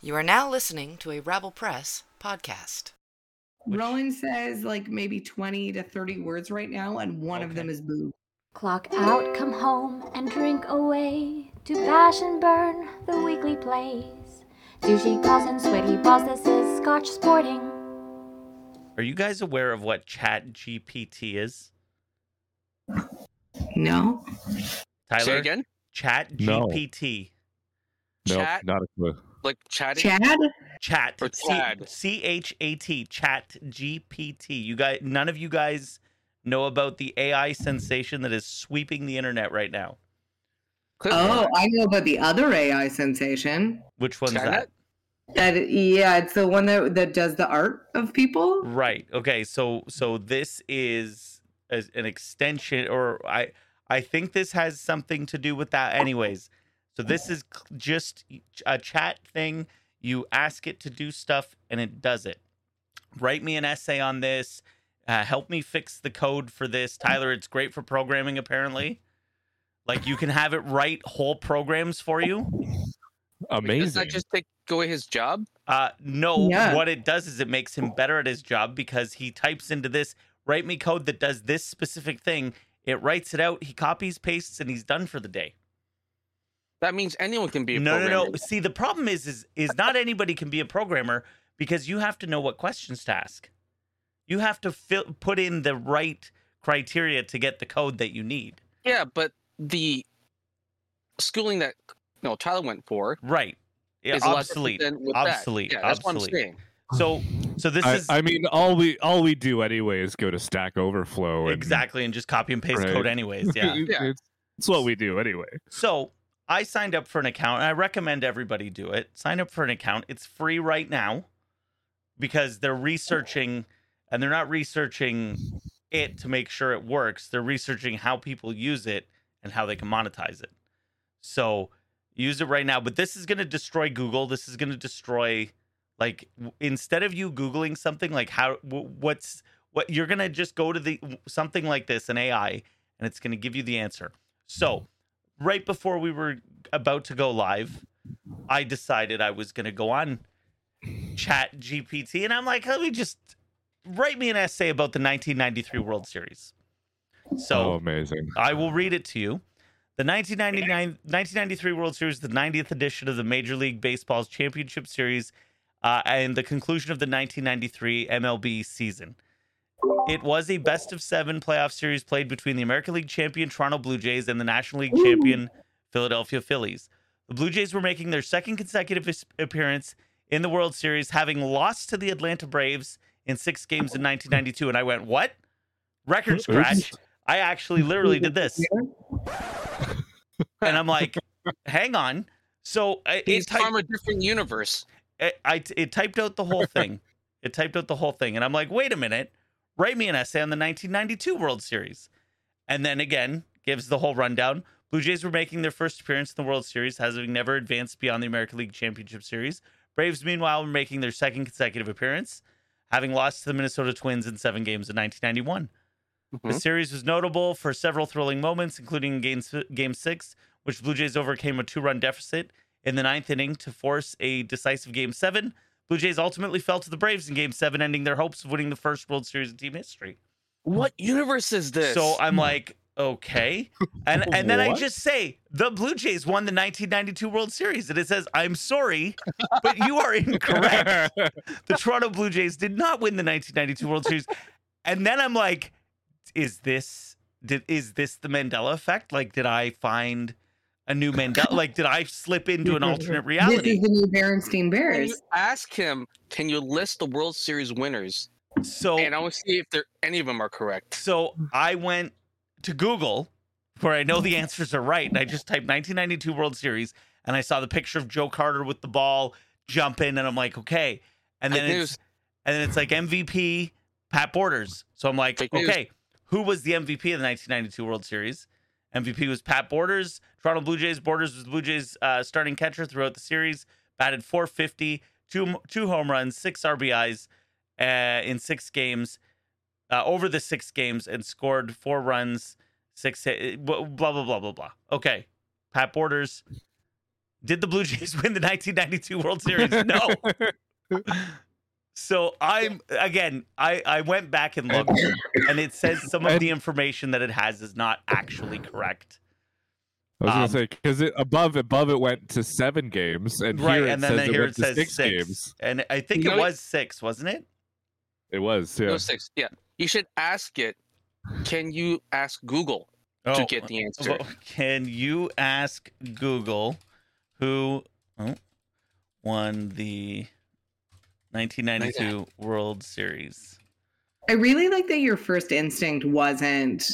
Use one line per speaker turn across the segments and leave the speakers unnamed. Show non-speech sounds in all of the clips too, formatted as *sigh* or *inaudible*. You are now listening to a Rabble Press podcast.
Which- Rowan says like maybe 20 to 30 words right now, and one of
Okay.
them is boob.
Clock out, come home, and drink away to bash and burn the weekly plays. Douchey calls and sweaty balls, this is Scotch Sporting.
Are you guys aware of what Chat GPT is?
No?
Tyler,
Say again?
Chat
No.
GPT.
Nope,
Chat?
not a clue.
Like chatting?
Chad?
Chat
Or
C-
Chad.
C-H-A-T, Chat GPT. You guys none of you guys know about the AI sensation that is sweeping the internet right now.
Click
Oh,
on
I know about the other AI sensation.
Which one's
China?
that?
That yeah, it's the one that that does the art of people.
Right. Okay. So so this is as an extension, or I I think this has something to do with that, anyways. So this is c- just a chat thing. You ask it to do stuff, and it does it. Write me an essay on this. Uh, help me fix the code for this, Tyler. It's great for programming, apparently. Like you can have it write whole programs for you.
Wait, Does
Amazing.
that just take away his job?
Uh, no,
Yeah.
what it does is it makes him better at his job because he types into this write me code that does this specific thing. It writes it out. He copies, pastes, and he's done for the day.
That means anyone can be a
No, no, no.
programmer.
See, the problem is, is, is not anybody can be a programmer because you have to know what questions to ask. You have to fill, put in the right criteria to get the code that you need.
Yeah, but the schooling that no Tyler went for
Right. Yeah,
is a lot different
obsolete.
than with that.
Obsolete.
Yeah, that's what I'm
obsolete.
saying.
So, so this
I,
is
I mean, all we all we do anyway is go to Stack Overflow. And, *laughs*
exactly, and just copy and paste
Right.
code,
*laughs*
anyways. Yeah.
Yeah.
It's, it's what we do anyway.
So I signed up for an account, and I recommend everybody do it. Sign up for an account. It's free right now because they're researching, and they're not researching it to make sure it works. They're researching how people use it and how they can monetize it. So use it right now. But this is going to destroy Google. This is going to destroy, like, w- instead of you Googling something like how, w- what's, what, you're going to just go to the something like this, an AI, and it's going to give you the answer. So, right before we were about to go live, I decided I was going to go on Chat GPT, and I'm like, let me just write me an essay about the 1993 World Series.
Oh,
So
amazing.
I will read it to you. The 1999, 1993 World Series, the 90th edition of the Major League Baseball's Championship Series, uh, and the conclusion of the 1993 MLB season. It was a best of seven playoff series played between the American League champion Toronto Blue Jays and the National League champion Philadelphia Phillies. The Blue Jays were making their second consecutive is- appearance in the World Series, having lost to the Atlanta Braves in six games in 1992. And I went, What? Record
Oops.
scratch. I actually literally did this. And I'm like, Hang on. So I,
He's
it, type-
from a different universe.
I, I- it typed out the whole thing. it typed out the whole thing, and I'm like, wait a minute, write me an essay on the 1992 World Series, and then again gives the whole rundown. Blue Jays were making their first appearance in the World Series, having never advanced beyond the American League Championship Series. Braves, meanwhile, were making their second consecutive appearance, having lost to the Minnesota Twins in seven games in 1991. The
Mhm.
series was notable for several thrilling moments, including game, s- game six, which Blue Jays overcame a two run deficit in the ninth inning to force a decisive game seven. Blue Jays ultimately fell to the Braves in game seven, ending their hopes of winning the first World Series in team history.
What universe is this?
So I'm like, okay. And and then I
What?
just say the Blue Jays won the 1992 World Series. And it says, I'm sorry, but you are
*laughs*
incorrect. the Toronto Blue Jays did not win the 1992 World Series. And then I'm like, is this did is this the Mandela effect? Like, did I find a new Mandela? Like, did I slip into
*laughs*
an alternate
This *laughs*
reality?
is the new Berenstein
When you
Bears.
ask him, can you list the World Series winners?
So
And I want to see if there any of them are correct.
So I went to Google, where I know the answers are right, and I just typed 1992 World Series, and I saw the picture of Joe Carter with the ball jumping, and I'm like, okay. And
I
then
knew
it's and then it's like MVP Pat Borders. So I'm like,
Fake news.
okay, who was the MVP of the 1992 World Series? MVP was Pat Borders. Toronto Blue Jays. Borders was the Blue Jays' uh, starting catcher throughout the series. Batted 450, two two home runs, six RBIs uh, in six games, uh, over the six games, and scored four eh, runs, six hit, blah blah blah blah blah. Okay, Pat Borders, Did the Blue Jays *laughs* win the 1992 World Series? No. So I'm again, I I went back and looked, and it says some of the information that it has is not actually correct.
I was
Um,
gonna say because it above above it went to seven games, and
right,
here it
and then
says it
here
went
it
to
says
six,
six,
games.
and I think
No,
it
it-
was six, wasn't it?
It was
It
yeah.
was six. Yeah. You should ask it. Can you ask Google to get the answer?
Oh. well, Can you ask Google who oh, won the 1992 World Series?
I really like that your first instinct wasn't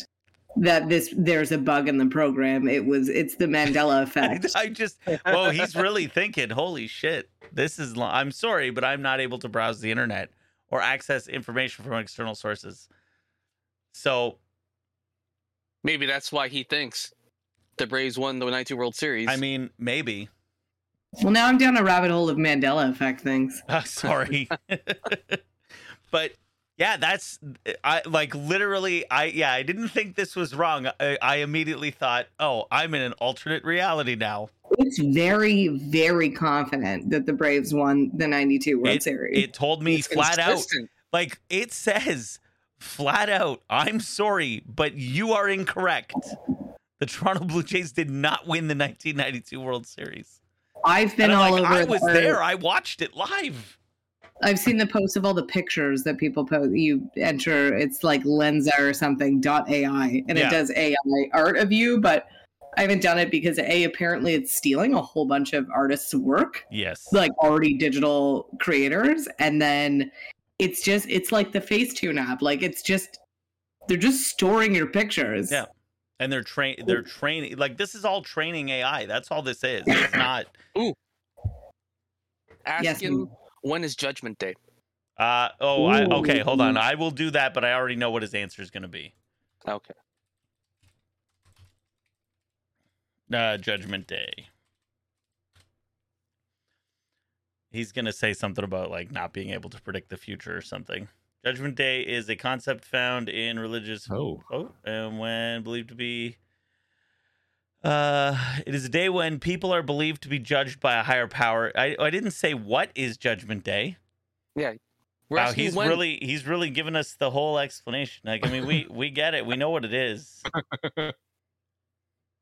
that this there's a bug in the program. It was it's the
*laughs*
Mandela effect.
I just, whoa, he's really thinking, holy shit, this is, lo- I'm sorry, but I'm not able to browse the internet or access information from external sources. So,
Maybe that's why he thinks the Braves won the 92 World Series.
I mean, maybe.
well, now I'm down a rabbit hole of Mandela effect things.
*laughs* Uh, sorry. but yeah, that's I like literally I yeah, I didn't think this was wrong. I, I immediately thought, "Oh, I'm in an alternate reality now."
It's very very confident that the Braves won the 92 World Series.
It told me
It's
flat out
consistent.
like it says flat out, "I'm sorry, but you are incorrect." The Toronto Blue Jays did not win the 1992 World Series.
I've been
And I'm
all
like,
over
I was
our-
there. I watched it live.
I've seen the posts of all the pictures that people post. You enter, it's like Lenza or something dot AI, and
Yeah.
it does AI art of you. But I haven't done it because a apparently it's stealing a whole bunch of artists' work,
Yes.
like already digital creators, and then it's just it's like the Facetune app. Like it's just they're just storing your pictures.
Yeah. and they're train they're training like this is all training AI. That's all this is. It's not
Ask
Yes.
him when is Judgment Day.
uh oh I,
Ooh.
okay, hold on. I will do that, but I already know what his answer is gonna be.
Okay.
Uh judgment day. He's gonna say something about like not being able to predict the future or something. Judgment Day is a concept found in
*laughs*
religious
Oh,
Oh, and when believed to be. Uh, it is a day when people are believed to be judged by a higher power. I, I didn't say what is Judgment Day.
We're
Wow,
asking
he's
when-
really he's really giving us the whole explanation. Like, I mean, we we get it. We know what it *laughs* is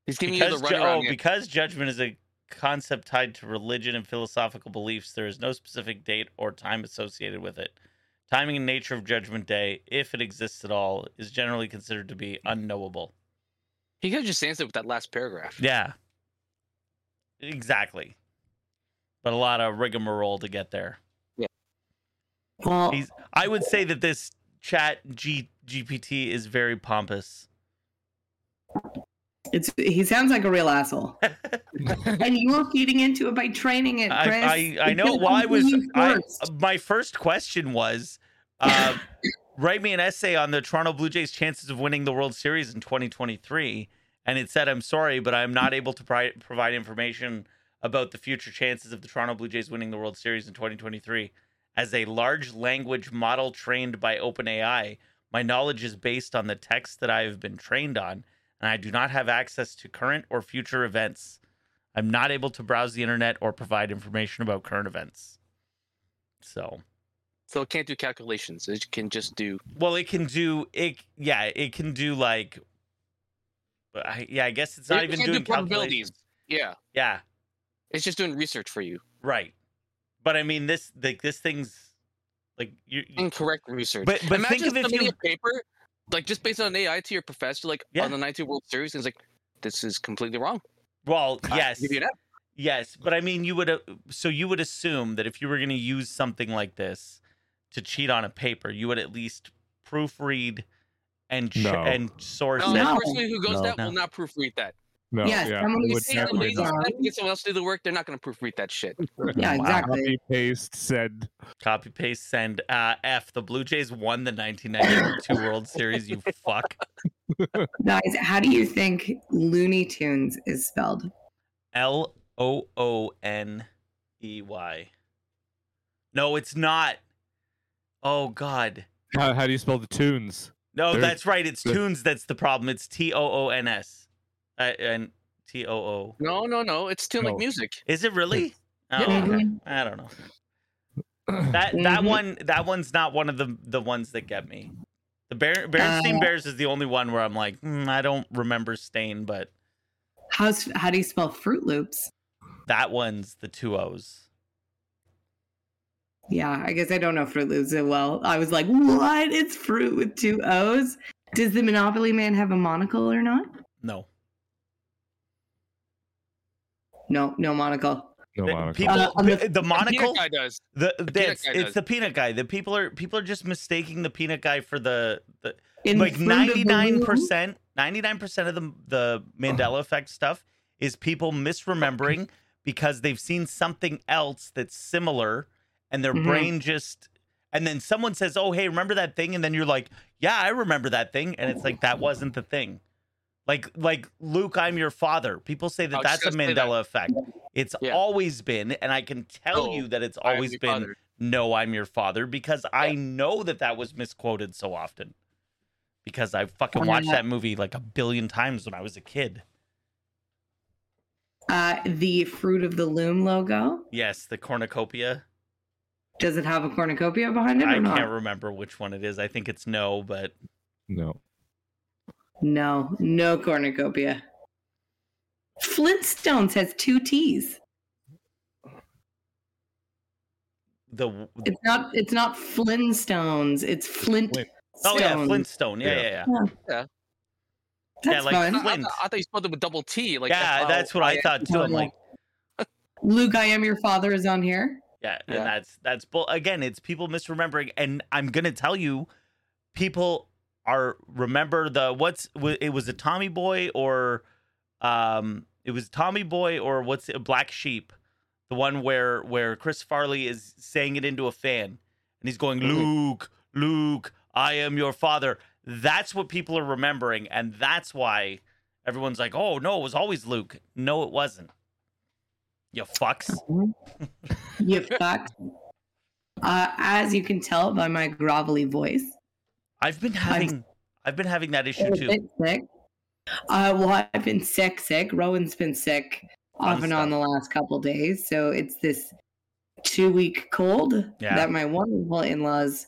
he's giving you
because
the
ju-
runaround.
oh,
here.
because judgment is a concept tied to religion and philosophical beliefs. There is no specific date or time associated with it. Timing and nature of Judgment Day, if it exists at all, is generally considered to be unknowable.
he could have just answered with that last paragraph.
Yeah. Exactly. But a lot of rigmarole to get there.
Well,
He's, I would say that this chat G, GPT is very pompous.
it's he sounds like a real
*laughs*
asshole, and you're feeding into it by training it, Chris.
I, I, I
It's
know.
gonna
Well, I
come
was.
to you
I,
first.
my first question was
*coughs*
uh, write me an essay on the Toronto Blue Jays' chances of winning the World Series in 2023. And it said, I'm sorry, but I'm not able to pri- provide information about the future chances of the Toronto Blue Jays winning the World Series in 2023. As a large language model trained by OpenAI, my knowledge is based on the text that I have been trained on, and I do not have access to current or future events. I'm not able to browse the internet or provide information about current events. So,
So it can't do calculations. It can just do
well, it can do it. Yeah, it can do like. but I, yeah, I guess it's not
It
even
can't do
doing
probabilities.
calculations.
yeah.
Yeah,
It's just doing research for you.
right. But I mean, this like this thing's like you. you
Incorrect research.
but but
Imagine
think of if
submitting
you.
a paper, like just based on AI to your professor, like
Yeah.
on the 92 World Series, and it's like, this is completely wrong.
Well,
I
yes,
give you that.
yes. But I mean, you would uh, so you would assume that if you were going to use something like this to cheat on a paper, you would at least proofread and ch-
No.
and source
Oh, No,
it.
the
No.
person who goes
No.
that
No.
will not proofread that.
no,
Yes,
yeah,
someone
it
who
would
said
Say
Definitely
somebody
amazing.
definitely not.
not.
get someone else to do the work, they're not going to proofread that shit.
*laughs*
Yeah, exactly.
Copy paste said.
Copy paste send uh, F. The Blue Jays won the 1992 World Series. You fuck.
Guys, how do you think Looney Tunes is spelled?
L O O N E Y. No, it's not. Oh God.
How, how do you spell the tunes?
No,
There-
that's right. It's
there-
tunes. That's the problem. It's T O O N S. Uh, and T O O.
No, no, no. It's still
No.
like music.
Is it really? Oh,
Yeah.
okay. I don't know. That that
Mhm.
one that one's not one of the the ones that get me. The Ber- Berenstain Bears is the only one where I'm like, "Hmm, I don't remember Stain, but
How's how do you spell Fruit Loops?
that one's the two O's.
Yeah, I guess I don't know Fruit Loops that well. I was like, what? It's fruit with two O's. Does the Monopoly Man have a monocle or not?
No,
No, no monocle.
No
The-
monocle.
people
Uh, on the-
the, monocle
Peanut guy does.
the,
peanut
it's,
guy
it's
does.
the peanut guy. The people are people are just mistaking the peanut guy for the, the
In Fruit
like
of the
ninety
Loom-
nine percent ninety nine percent of the the Mandela effect stuff is people misremembering because they've seen something else that's similar and their
Mhm.
brain just and then someone says, "Oh, hey, remember that thing?" and then you're like, "Yeah, I remember that thing," and it's like that wasn't the thing. Like like Luke, I'm your father. People say that
I was
that's a
gonna say that.
Mandela effect. It's
Yeah.
always been, and I can tell
No,
you that it's
I am
always
your
been
father.
no, I'm your father because I know that that was misquoted so often because I fucking watched that movie like a billion times when I was a kid.
Uh, the Fruit of the Loom logo.
Yes, the cornucopia.
Does it have a cornucopia behind it?
I
or not?
can't remember which one it is. I think it's no, but
no.
No, no cornucopia. Flintstones has two T's.
the
It's not. It's not Flintstones. It's Flint.
Flint.
oh yeah,
Stones.
Flintstone. Yeah, yeah, yeah.
That's
yeah, like
fun.
I, I,
Flint.
thought- I thought you spelled it with double T. Like oh,
yeah,
F-L-
that's what I
I-
thought too. I'm like,
Luke, I am your father is on here.
yeah,
Yeah.
and that's that's bull. Again, it's people misremembering, and I'm gonna tell you, people are remember the what's wa- it was a Tommy Boy or um it was Tommy Boy or what's it, Black Sheep, the one where where Chris Farley is saying it into a fan, and he's going Luke, Luke, I am your father. That's what people are remembering, and that's why everyone's like, oh no, it was always Luke. No, it wasn't. You fucks.
You
*laughs*
fuck. Uh, as you can tell by my grovelly voice,
I've been having I've been having that issue
I'm a
too.
bit sick. Uh, well, I've been sick, sick. Rowan's been sick off and on the last couple days, so it's this two-week cold
Yeah.
that my wonderful in-laws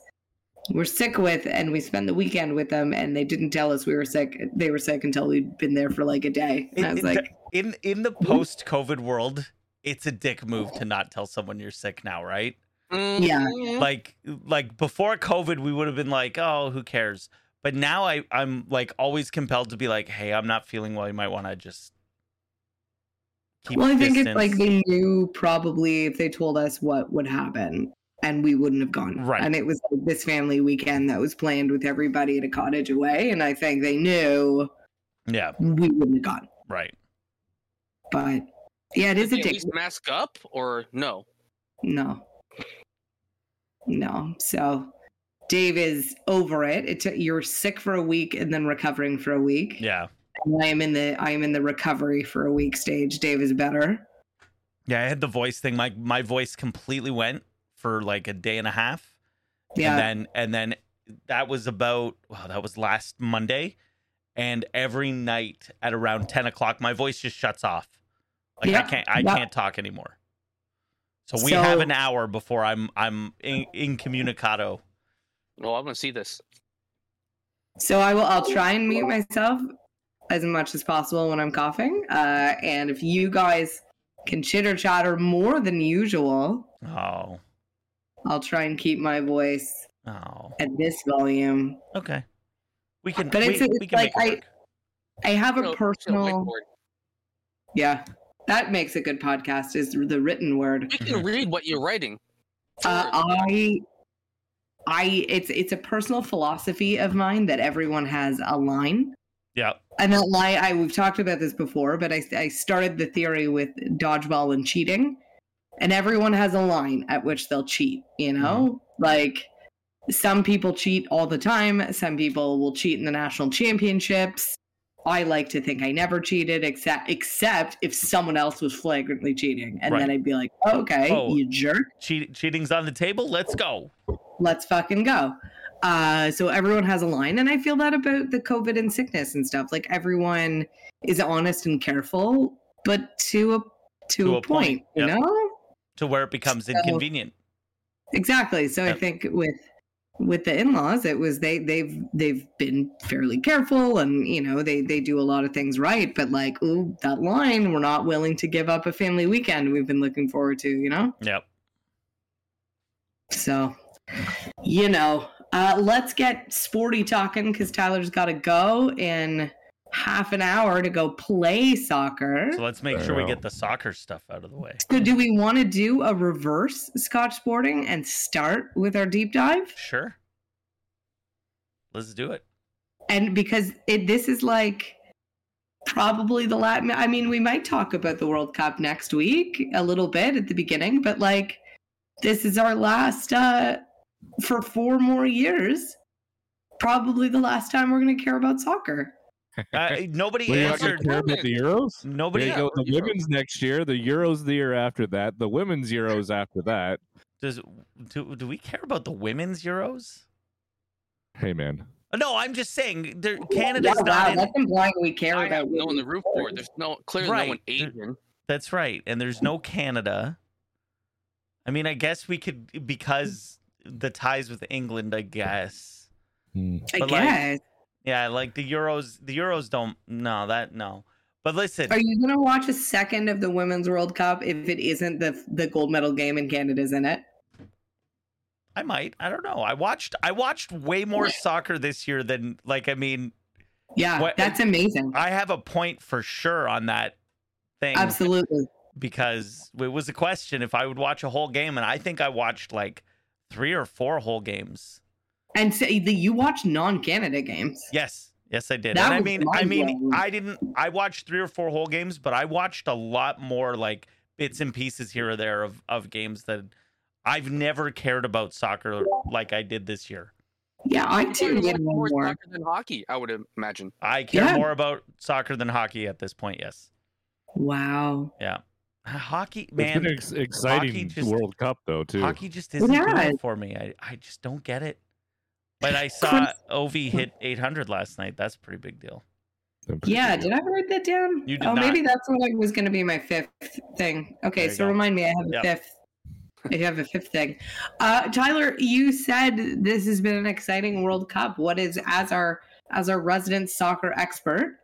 were sick with, and we spent the weekend with them, and they didn't tell us we were sick. They were sick until we'd been there for like a day, and I was
It- it-
like,
in in the post COVID world, it's a dick move to not tell someone you're sick now, right?
Yeah.
Mhm.
Like like before COVID, we would have been like, oh, who cares? But now I I'm like always compelled to be like, hey, I'm not feeling well. You might want to just keep
well, I think
distance.
it's like they knew probably if they told us what would happen, and we wouldn't have gone.
Right.
And it was like this family weekend that was planned with everybody at a cottage away, and I think they knew
yeah,
we wouldn't have gone.
right.
But yeah, it is a
Did they at
dick.
least mask up or no?
No, no. So Dave is over it. It took you're sick for a week and then recovering for a week.
Yeah.
And I am in the I am in the recovery for a week stage. Dave is better.
Yeah, I had the voice thing. My my voice completely went for like a day and a half.
Yeah.
And then and then that was about well, that was last Monday. And every night at around ten o'clock, my voice just shuts off. Like
Yeah,
I can't I
yeah.
can't talk anymore. So we
So-
have an hour before I'm I'm in, incommunicado.
No, I'm gonna see this.
So I will. I'll try and mute myself as much as possible when I'm coughing. Uh, and if you guys can chitter chatter more than usual,
Oh.
I'll try and keep my voice
Oh.
at this volume.
Okay. We can
But
we,
it's- it's
we can
like
make
I-
it work.
I have
No,
a
no,
personal.
whiteboard.
Yeah, that makes a good podcast. Is the written word.
We
Mm-hmm.
can read what you're writing.
Uh,
Sure.
I, I. It's it's a personal philosophy of mine that everyone has a line.
Yeah.
And that lie, I we've talked about this before, but I, I started the theory with dodgeball and cheating, and everyone has a line at which they'll cheat. You know,
Mm-hmm.
like some people cheat all the time. Some people will cheat in the national championships. I like to think I never cheated, except except if someone else was flagrantly cheating, and then
Right.
I'd be like, "Okay,
Oh.
you jerk,
Cheat, cheating's on the table. Let's go.
let's fucking go." Uh, so everyone has a line, and I feel that about the COVID and sickness and stuff. Like everyone is honest and careful, but to a to, a, point, you
yep.
know
to where it becomes inconvenient.
exactly. So
Yep.
I think with with the in laws, it was they they've they've been fairly careful, and you know they they do a lot of things right. But like, ooh, that line, we're not willing to give up a family weekend we've been looking forward to, you know.
Yep.
So, you know, uh, let's get sporty talking because Tyler's got to go in half an hour to go play soccer.
So let's make
There
sure we
you go.
get the soccer stuff out of the way.
So, do we want to do a reverse Scotch sporting and start with our deep dive?
Sure. Let's do it.
And because it, this is like probably the Latin, I mean, we might talk about the World Cup next week a little bit at the beginning, but like this is our last, uh, for four more years, probably the last time we're going to care about soccer.
Uh, nobody
We're not going
answered.
to care about the Euros. There
Nobody.
you
Yeah,
go.
we're
The
Euros.
women's next year, the Euros the year after that, the women's Euros after that.
Does do, do we care about the women's Euros? Uh,
Hey, man.
No, I'm just saying there, Canada's
Yeah,
not
wow,
in.
that's implying we care
I have
about
no
what
one
we
to root
care.
for. There's no clearly
Right.
no one
There-
Asian.
That's right, and there's no Canada. I mean, I guess we could because the ties with England. I guess.
Hmm.
I
but, like,
guess.
Yeah, like the Euros. The Euros don't. No, that no. But listen,
Are you gonna watch a second of the Women's World Cup if it isn't the the gold medal game and Canada's in it?
I might. I don't know. I watched. I watched way more soccer this year than like. I mean,
Yeah,
What-
that's amazing.
I have a point for sure on that thing
Absolutely.
because it was a question if I would watch a whole game, and I think I watched like three or four whole games.
And so the, you watch non-Canada games.
Yes, yes, I did.
That
and I
was
mean, I mean,
mind-blowing.
I didn't. I watched three or four whole games, but I watched a lot more like bits and pieces here or there of of games that I've never cared about soccer like I did this year.
Yeah, I
You probably
too did
watch
one
more
more.
soccer than hockey, I would *laughs* imagine.
I care
Yeah.
more about soccer than hockey at this point. Yes,
Wow.
hockey,
It's been
man.
an ex- exciting
just-
World Cup, though, too.
Hockey just isn't doing
Yeah.
it for me. I, I just don't get it. But I saw Ovi hit 800 last night. That's a pretty big deal.
Been pretty
Yeah,
good.
did I write that down?
You did
oh,
not.
maybe that's what I was going to be my fifth thing. Okay,
There you
so
go.
remind me, I have a
Yep.
fifth. I have a fifth thing. Uh, Tyler, you said this has been an exciting World Cup. What is as our as our resident soccer expert?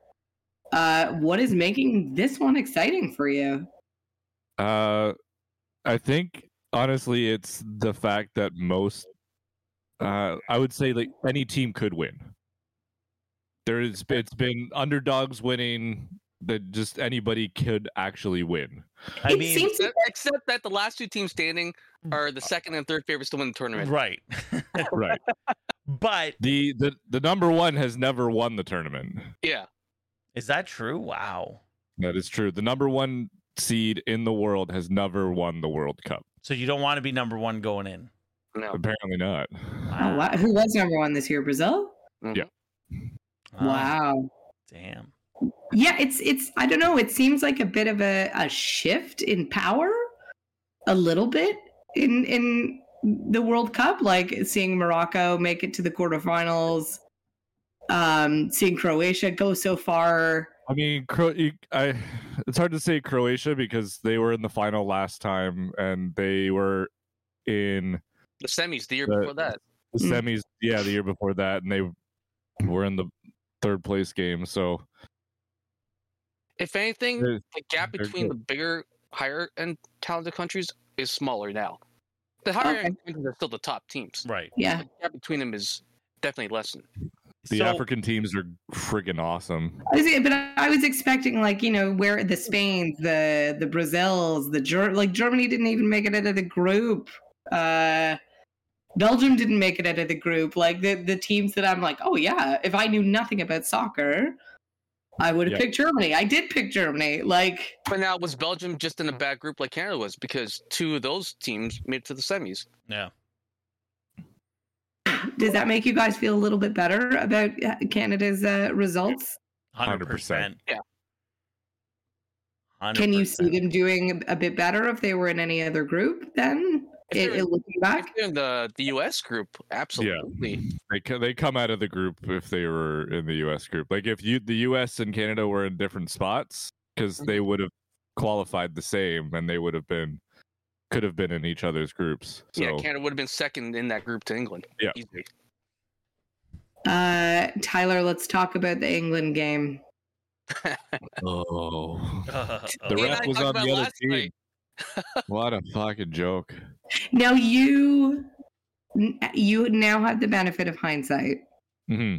Uh, what is making this one exciting for you?
Uh, I think honestly, it's the fact that most, uh, I would say, like any team could win. There is, it's been underdogs winning that just anybody could
*laughs*
actually win.
I
it
mean, uh,
seems
Except, except that the last two teams standing are the second and third favorites to win the tournament.
right.
Right.
but
the the The number one has never won the tournament.
Yeah.
is that true? Wow.
That is true. The number one seed in the world has never won the World Cup.
So you don't want to be number one going in.
No.
Apparently not.
oh, wow. who was number one this year? Brazil.
Uh, Ah,
wow.
Damn.
Yeah, it's it's I don't know, it seems like a bit of a, a shift in power a little bit in in the World Cup, like seeing Morocco make it to the quarterfinals, um, seeing Croatia go so far.
I mean, Cro- you- I, it's hard to say Croatia because they were in the final last time and they were in
The semis the year
The-
before that.
the
Mm.
semis, yeah, the year before that, and they were in the third place game. So
If anything,
They're-
the gap
they're
between the bigger, higher and talented countries is smaller now. The higher
Okay.
end countries are still the top teams.
Right.
Yeah.
The gap between them is definitely lessened.
the
so,
African teams are friggin' awesome.
I was, but I was expecting like, you know, where the Spains, the the Brazils, the Ger- like Germany didn't even make it out of the group. Uh Belgium didn't make it out of the group. Like the the teams that I'm like, oh yeah, if I knew nothing about soccer, I would have
Yeah.
picked Germany. I did pick Germany. Like
But now was Belgium just in a bad group like Canada was because two of those teams made it to the semis.
yeah.
does that make you guys feel a little bit better about uh, Canada's uh, results?
100%.
100%.
Yeah.
100%. *laughs*
Can you see them doing a bit better if they were in any other group then?
If
It,
you're-
it looking
if
back,
you're in the the US group, absolutely.
They co- they come out of the group if they were in the U.S. group. Like if you the U.S. and Canada were in different spots because they would have qualified the same and they would have been could have been in each other's groups. So
Yeah, Canada would have been second in that group to England.
Yeah.
easily.
uh, Tyler, let's talk about the England game.
oh, *laughs* the
Me and
ref
I
was
talked
on
about
the other
last
team.
night. *laughs*
what a fucking joke!
Now you, n- you now have the benefit of hindsight.
hmm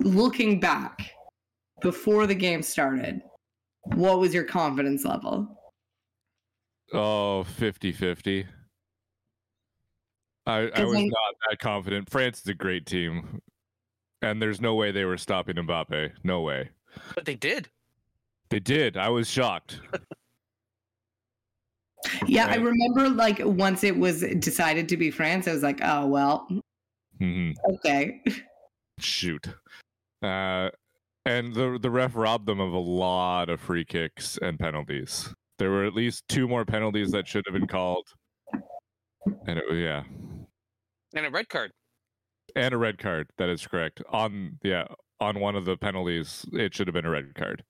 Looking back, before the game started, what was your confidence level?
Oh, 50 50. I, I
Is
was
it-
not that confident. France is a great team, and there's no way they were stopping Mbappe. No way.
But they did.
They did. I was shocked.
Yeah, I
Right.
remember like once it was decided to be France, I was like, oh well,
hmm
okay.
Shoot. Uh, and the the ref robbed them of a lot of free kicks and penalties. There were at least two more penalties that should have been called. And it was yeah.
And a red card.
and a red card. That is correct. On yeah, on one of the penalties, it should have been a red card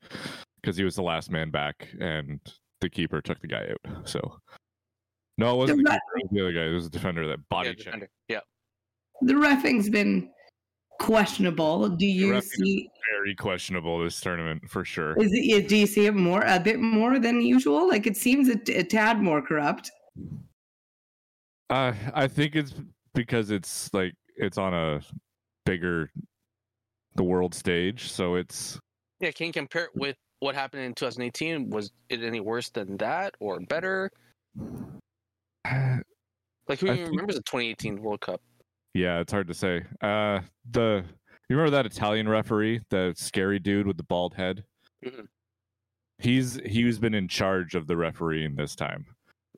because he was the last man back, and the keeper took the guy out. So no, it wasn't the,
ref-
keeper. It was the other guy. It was the defender that body
yeah,
checked.
defender. yeah.
The refing's been questionable. Do you
refing-
see
Very questionable this tournament for sure.
is it, do you see it more a bit more than usual? Like it seems a, a tad more corrupt.
Uh, I think it's because it's like it's on a bigger the world stage, so it's *sighs*
Yeah, can you compare it with what happened in 2018? Was it any worse than that or better? Like who
I
even
think-
remembers the 2018 World Cup?
Yeah, it's hard to say. Uh, the you remember that Italian referee, the scary dude with the bald head?
Mm-hmm.
Mhm.
He's he's been in charge of the refereeing this time.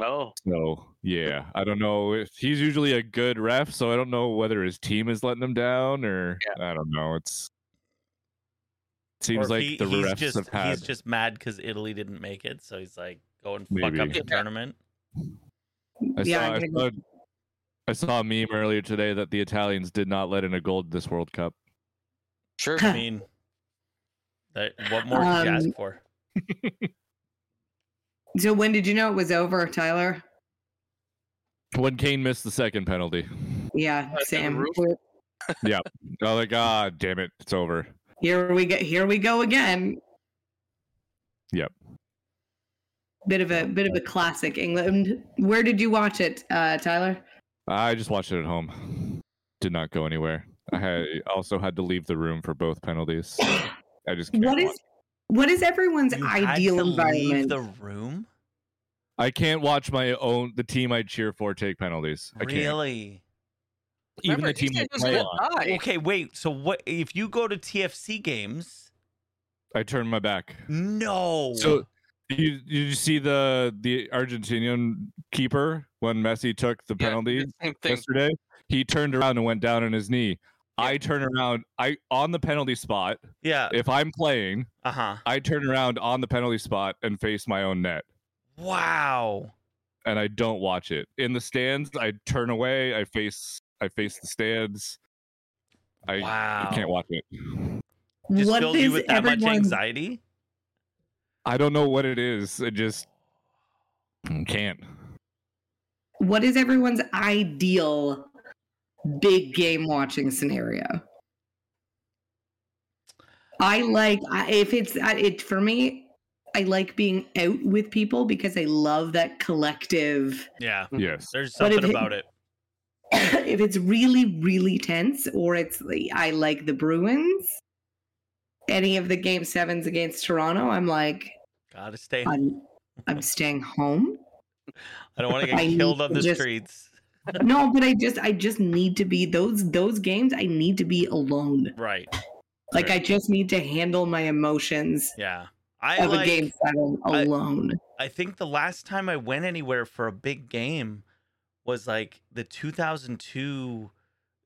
Oh,
So yeah, I don't know if he's usually a good ref, so I don't know whether his team is letting him down or I don't know. It's seems
Or
like
he-
the
he's
refs
just,
have had.
He's just mad because Italy didn't make it, so he's like, go and fuck up
Maybe.
the tournament.
I,
yeah,
saw,
I'm
I,
gonna
saw, I saw a meme earlier today that the Italians did not let in a gold this World Cup.
sure.
I mean, that, what more could you ask
Um,
for?
So when did you know it was over, Tyler?
When Kane missed the second penalty.
Yeah,
the
Sam.
roof?
We're-
Oh like, ah, damn it, it's over.
Here we go. Here we go again.
Yep.
Bit of a bit of a classic England. Where did you watch it, uh, Tyler?
I just watched it at home. Did not go anywhere. I had, also had to leave the room for both penalties. I just can't.
What
watch.
is what is everyone's
You had
ideal
to leave
environment?
the room?
I can't watch my own the team I cheer for take penalties. I can't.
Really?
*laughs* Even
Remember,
the team
these
I
guys
play
were
on,
gonna die.
Okay, wait. So what if you go to TFC games?
I turn my back.
No.
So you you see the the Argentinian keeper when Messi took the
Yeah,
penalty
the same thing.
yesterday? He turned around and went down on his knee. I turn around I on the penalty spot.
yeah.
If I'm playing,
Uh huh.
I turn around on the penalty spot and face my own net,
Wow.
and I don't watch it. In the stands, I turn away. I face. I face the stands. I
wow.
I can't watch it.
Just
What
filled
is
you with that much
everyone's
anxiety?
I don't know what it is. It just mm, can't.
what is everyone's ideal big game watching scenario? I like I- if it's I- it for me. I like being out with people because I love that collective *coughs*
Yeah.
Yes.
There's
But if
something
it-
about it.
if it's really really tense or it's like, i like the bruins any of the game sevens against toronto i'm like
Gotta stay. I
i'm i'm staying home
don't want
*laughs*
to
I
get
need
killed on
to
the
just-
streets.
no but i just i just need to be those those games i need to be alone
Right.
like i
Right.
just need to handle my emotions
Yeah. I
of a
like,
game seven
I-
alone
I think the last time I went anywhere for a big game was like the 2002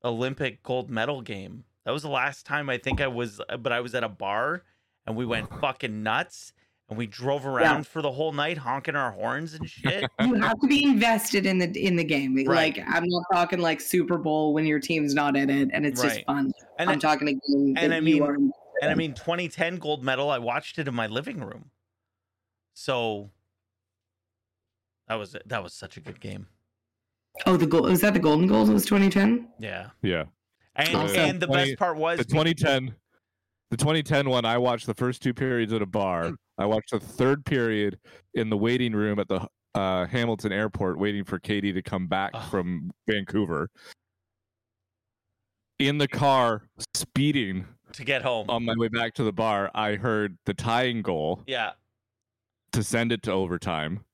Olympic gold medal game. uh, That was the last time I think I was, but I was at a bar and we went fucking nuts. and we drove around for the whole night honking our horns
*laughs*
and shit.
you have to be invested in the in the game.
Right.
Like I'm not talking like Super Bowl when your team's not in it and it's
Right.
just fun.
And
I'm
I-
talking a game that
I mean-
you are.
and I mean 2010 gold medal, I watched it in my living room. So that was it. That was such a good game.
Oh, the goal was that the Golden Goals was 2010.
Yeah.
Yeah.
And
Also,
and the
twenty-
best part was
The 2010 the 2010 one I watched the first two periods at a bar. I watched the third period in the waiting room at the uh, Hamilton Airport waiting for Katie to come back
Oh.
from Vancouver. In the car speeding
to get home.
Oh.
on my way back to the bar, I heard the tying goal
yeah.
to send it to overtime.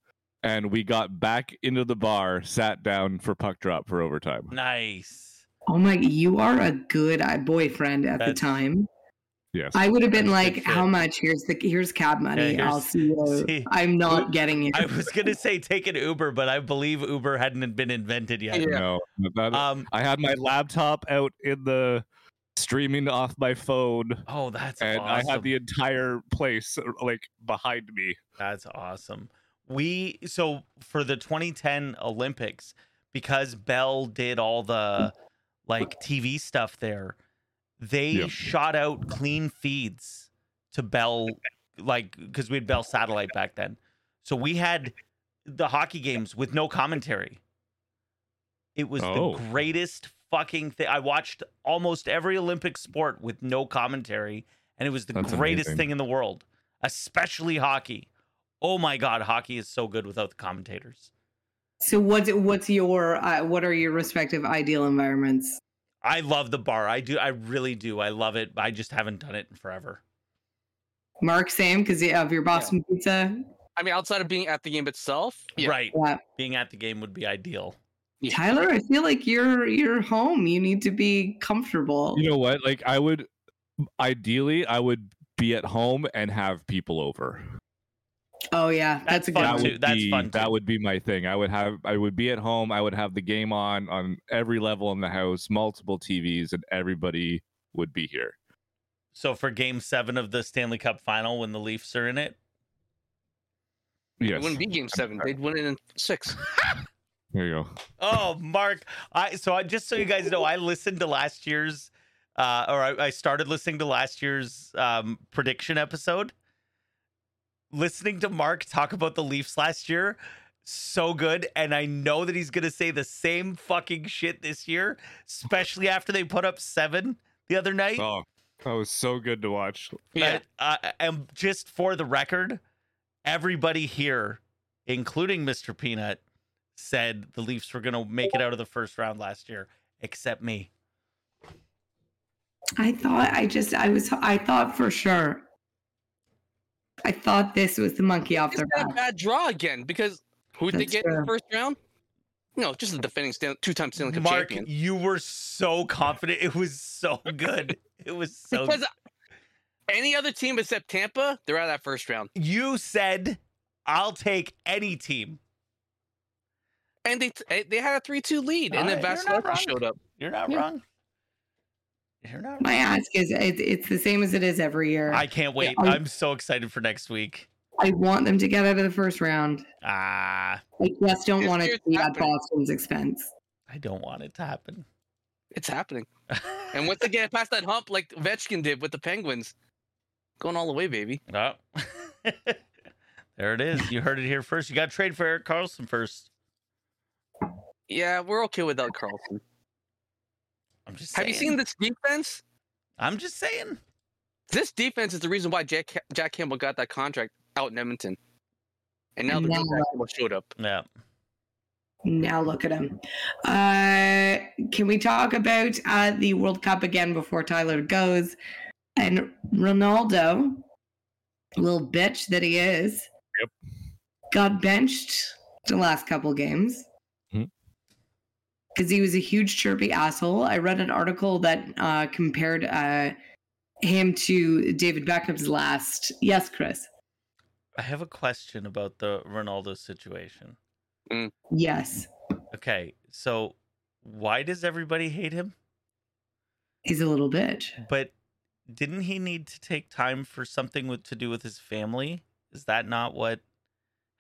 And we got back into the bar, sat down for puck drop for overtime.
Nice.
Oh my, you are a good uh, boyfriend at
That's-
the time.
Yes.
I would have been
that's good
like, "How
shit.
much? Here's the here's cab money.
here's-
I'll see you.
*laughs* see,
I'm not getting it."
I was
*laughs*
gonna say take an Uber, but I believe Uber hadn't been invented yet.
Yeah.
No, that-
Um
I had my laptop out in the streaming off my phone,
oh that's
and
awesome.
I had the entire place uh, like behind me.
That's awesome. We so for the 2010 Olympics because Bell did all the like TV stuff there. They
Yeah.
shot out clean feeds to Bell like cuz we had Bell satellite back then. So we had the hockey games with no commentary. It was
Oh.
the greatest fucking thing. I watched almost every Olympic sport with no commentary and it was the
That's
greatest
amazing.
thing in the world, especially hockey. Oh my god, hockey is so good without the commentators.
so what's what's your uh, what are your respective ideal environments?
I love the bar. I do. I really do. I love it. I just haven't done it in forever.
Mark, same because of your Boston pizza.
I mean, outside of being at the game itself, yeah,
Right.
Yeah.
Being at the game would be ideal.
Yeah.
Tyler, I feel like you're you're home. You need to be comfortable.
You know what? Like I would, ideally, I would be at home and have people over.
oh yeah, that's,
That's
a good.
fun
that
one.
too.
would
That's
be,
fun too.
That would be my thing. I would have. I would be at home. I would have the game on on every level in the house, multiple TVs, and everybody would be here.
So for Game Seven of the Stanley Cup Final, when the Leafs are in it,
it
Yes.
wouldn't be game seven. They'd win it in six.
There you go.
oh Mark, I so I just so you guys know, I listened to last year's, uh, or I, I started listening to last year's um, prediction episode. Listening to Mark talk about the Leafs last year, so good, and I know that he's gonna say the same fucking shit this year, especially after they put up seven the other night.
Oh, that was so good to watch.
Yeah.
But, uh, and just for the record, everybody here, including Mr. Peanut, said the Leafs were going to make it out of the first round last year, except me.
I thought I just I was I thought for sure. I thought this was the monkey off
It's
their
not a
back.
bad draw again because who'd they
That's
get in the
fair.
first round? No, just the defending Stan- two-time Stanley Cup
Mark,
champion.
you were so confident. It was so good. It was so
Because any other team except Tampa, they're out of that first round,
You said, I'll take any team.
and they t- eh, they had a three-two lead, and then
Alright, you're not
Vasilevsky
wrong.
showed up.
You're not
Yeah.
wrong. You're not
My ask is it, it's the same as it is every year.
I can't wait.
I-
I'm so excited for next week.
I want them to get out of the first round.
Ah,
I just don't
This
want it
year's
to be at
happening.
Boston's expense.
I don't want it to happen.
It's happening.
*laughs*
And once they get past that hump, like Vetchkin did with the Penguins, going all the way, baby.
Oh. there it is. You heard it here first. You got to trade for Eric Carlson first.
Yeah, we're okay without Carlson.
I'm just
Have
saying.
you seen this defense?
I'm just saying.
This defense is the reason why Jack Jack Campbell got that contract out in Edmonton, and now the reason
No.
Jack Campbell showed up.
Yeah.
Now look at him. Uh, can we talk about uh, the World Cup again before Tyler goes? And Ronaldo, little bitch that he is,
Yep.
got benched the last couple games
Mhm.
because he was a huge chirpy asshole. I read an article that uh, compared uh, him to David Beckham's last. Yes, Chris.
I have a question about the Ronaldo situation.
Yes,
Okay. So why does everybody hate him?
he's a little bitch.
But didn't he need to take time for something with, to do with his family? Is that not what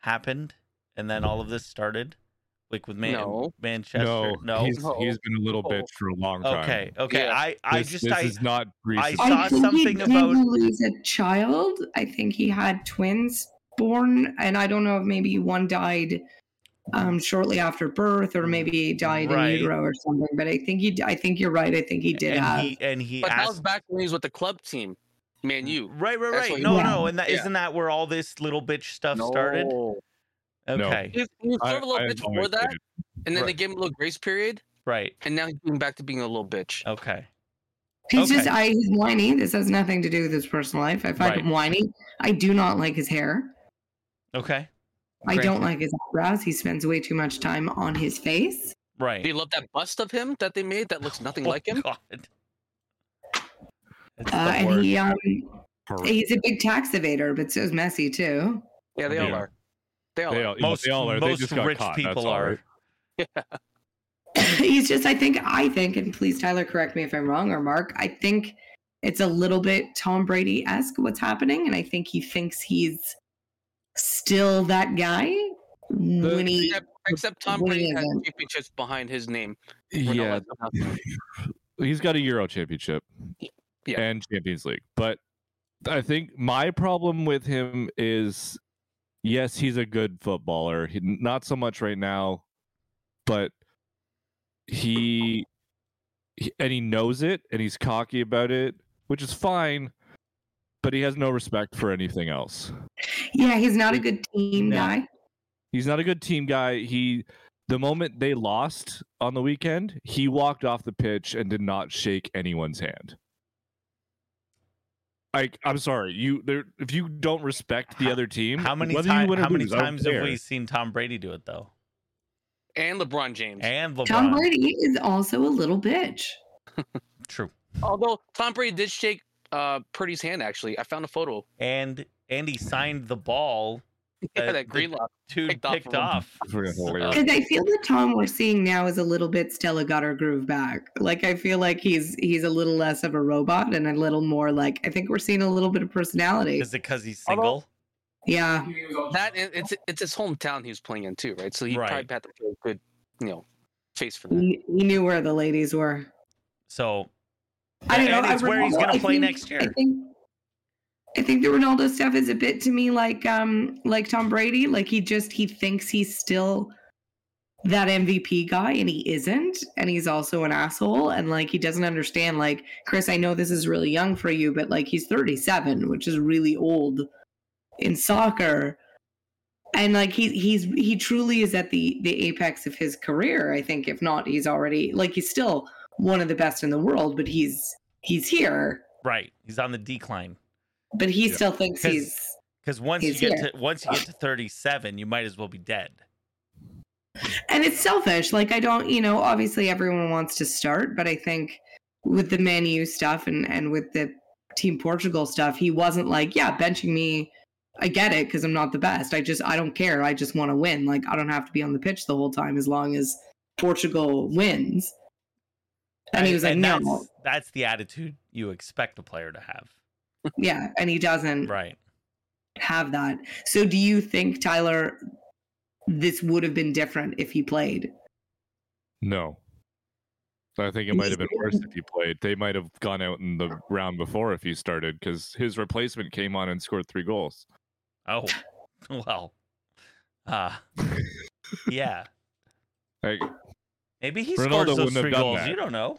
happened? And then all of this started, like with Man-
No.
Manchester.
no, he's
No.
he's been a little
No.
bitch for a long time.
Oh, okay, okay.
Yeah.
I, I
This-
just,
this
I,
is not recent.
saw
I think he
something
did
about-
lose a child. I think he had twins born, and I don't know if maybe one died um, shortly after birth, or maybe died
Right.
in utero or something. But I think he, d- I think you're right. I think he did
and
have.
he, and he
But that
asked
was back when he was with the club team, Man U.
Mm. Right, right,
That's
right.
what he
No,
did.
no, and that
Yeah.
not that where all this little bitch stuff started? Okay,
He was, he was
I-
sort of a
I
little
am
bitch
always
before that,
hated.
and then they
Right.
gave him a little grace period,
right.
and now he's going back to being a little bitch.
Okay,
He's just
Okay.
I he's whiny. This has nothing to do with his personal life. I find
Right.
him whiny. I do not like his hair.
okay,
I
Granted.
don't like his eyebrows. He spends way too much time on his face.
right. Oh,
Do you love that bust of him that they made that looks
Oh,
nothing like him?
God. It's the
Uh, and
worst.
he um
Horrific.
he's a big tax evader, but so is Messi too.
Yeah, they all
Yeah.
are. They all
They
are.
all, most, they all are. They
most
just got
rich
caught,
people
that's all
are.
right.
*laughs* he's just I think I think, and please Tyler correct me if I'm wrong or Mark, I think it's a little bit Tom Brady esque what's happening, and I think he thinks he's still that guy when he
Except, except Tom
Winning
Brady has
event.
championships behind his name. We're not
Yeah,
like nothing.
he's got a Euro championship
Yeah.
and Champions League. But I think my problem with him is yes, he's a good footballer. He, not so much right now, but he, he and he knows it and he's cocky about it, which is fine, but he has no respect for anything else.
Yeah, he's not a good team
No.
guy.
He's not a good team guy. He the moment they lost on the weekend, he walked off the pitch and did not shake anyone's hand. Like I'm sorry, you there if you don't respect the
How-
other team,
How many
whether you
times?
win or
How many
lose, I don't
times have
care.
we seen Tom Brady do it though?
And LeBron James.
And LeBron.
Tom Brady is also a little bitch.
True.
Although Tom Brady did shake uh, Purdy's hand, actually. I found a
*laughs*
photo.
And and he signed the ball.
*laughs* Yeah,
Uh, the-
that green lock.
Dude
Picked
picked,
off of him.
off.
I forgot what we
Uh,
were-
Because I feel the Tom we're seeing now is a little bit Stella got her groove back. Like I feel like he's he's a little less of a robot and a little more like I think we're seeing a little bit of personality.
Is it because he's
Although-
single?
Yeah.
That and it's it's his hometown he was playing in too, right? So he
Right.
probably had to play a good, you know, face for that.
He, he knew where the ladies were.
So
I don't
and
know. I
it's where he's
Ronaldo-
gonna
I
play
think-
next year.
I think, I think the Ronaldo stuff is a bit to me like um like Tom Brady. Like he just he thinks he's still that MVP guy and he isn't. And he's also an asshole. And like he doesn't understand, like, Chris, I know this is really young for you, but like he's 37, which is really old in soccer. And like he he's he truly is at the the apex of his career, I think. If not, he's already like he's still one of the best in the world, but he's he's here,
right, he's on the decline.
but he
Yeah.
still thinks
'Cause-
he's.
Because once
He's
you get
here.
to once you get to thirty seven, you might as well be dead.
And it's selfish. Like I don't, you know, obviously everyone wants to start, but I think with the Man U stuff and and with the Team Portugal stuff, he wasn't like, yeah, benching me. I get it because I'm not the best. I just I don't care. I just want to win. Like I don't have to be on the pitch the whole time as long as Portugal wins. And he was like, no,
that's, that's the attitude you expect a player to have.
yeah, and he doesn't.
Right.
have that. So do you think Tyler this would have been different if he played?
No. I think it might have been worse if he played. They might have gone out in the round before if he started because his replacement came on and scored three goals.
Oh, *laughs* well.
*laughs*
Uh, yeah.
Like,
Maybe he
Ronaldo
scores those
wouldn't have
three
done
goals.
that.
You don't know.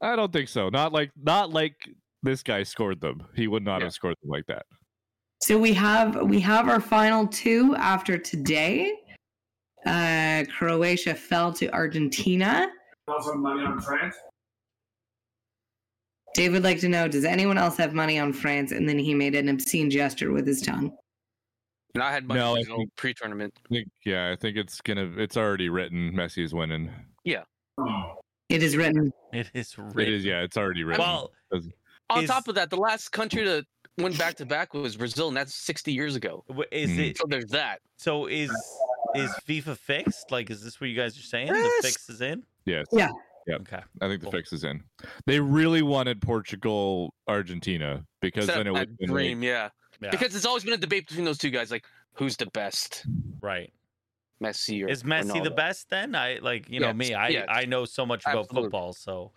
I don't think so. Not like not like this guy scored them. He would not
Yeah.
have scored them like that.
So we have we have our final two after today. Uh Croatia fell to Argentina. Dave would like to know, does anyone else have money on France? And then he made an obscene gesture with his tongue.
And I had my
No, I
original
think-
pre-tournament.
I think yeah, I think it's gonna it's already written Messi's winning.
It is written.
It is
It
written.
is yeah, it's already written.
Well,
On
Is-
top of that, the last country to win back to back was Brazil, and that's 60 years ago.
w- is
Hmm.
it
So there's that.
so? Is is FIFA fixed? Like, is this what you guys are saying?
Yes.
The fix is in.
yes.
Yeah.
Yep.
Okay.
I think the
Cool.
fix is in. They really wanted Portugal Argentina because
Set
then it
up
would
that dream, yeah.
Yeah,
because there's always been a debate between those two guys, like who's the best,
right.
Messi or
Is Messi the
Ronaldo?
best then? I like, you know,
Yes,
me, I
yes.
I know so much about
Absolutely.
football, so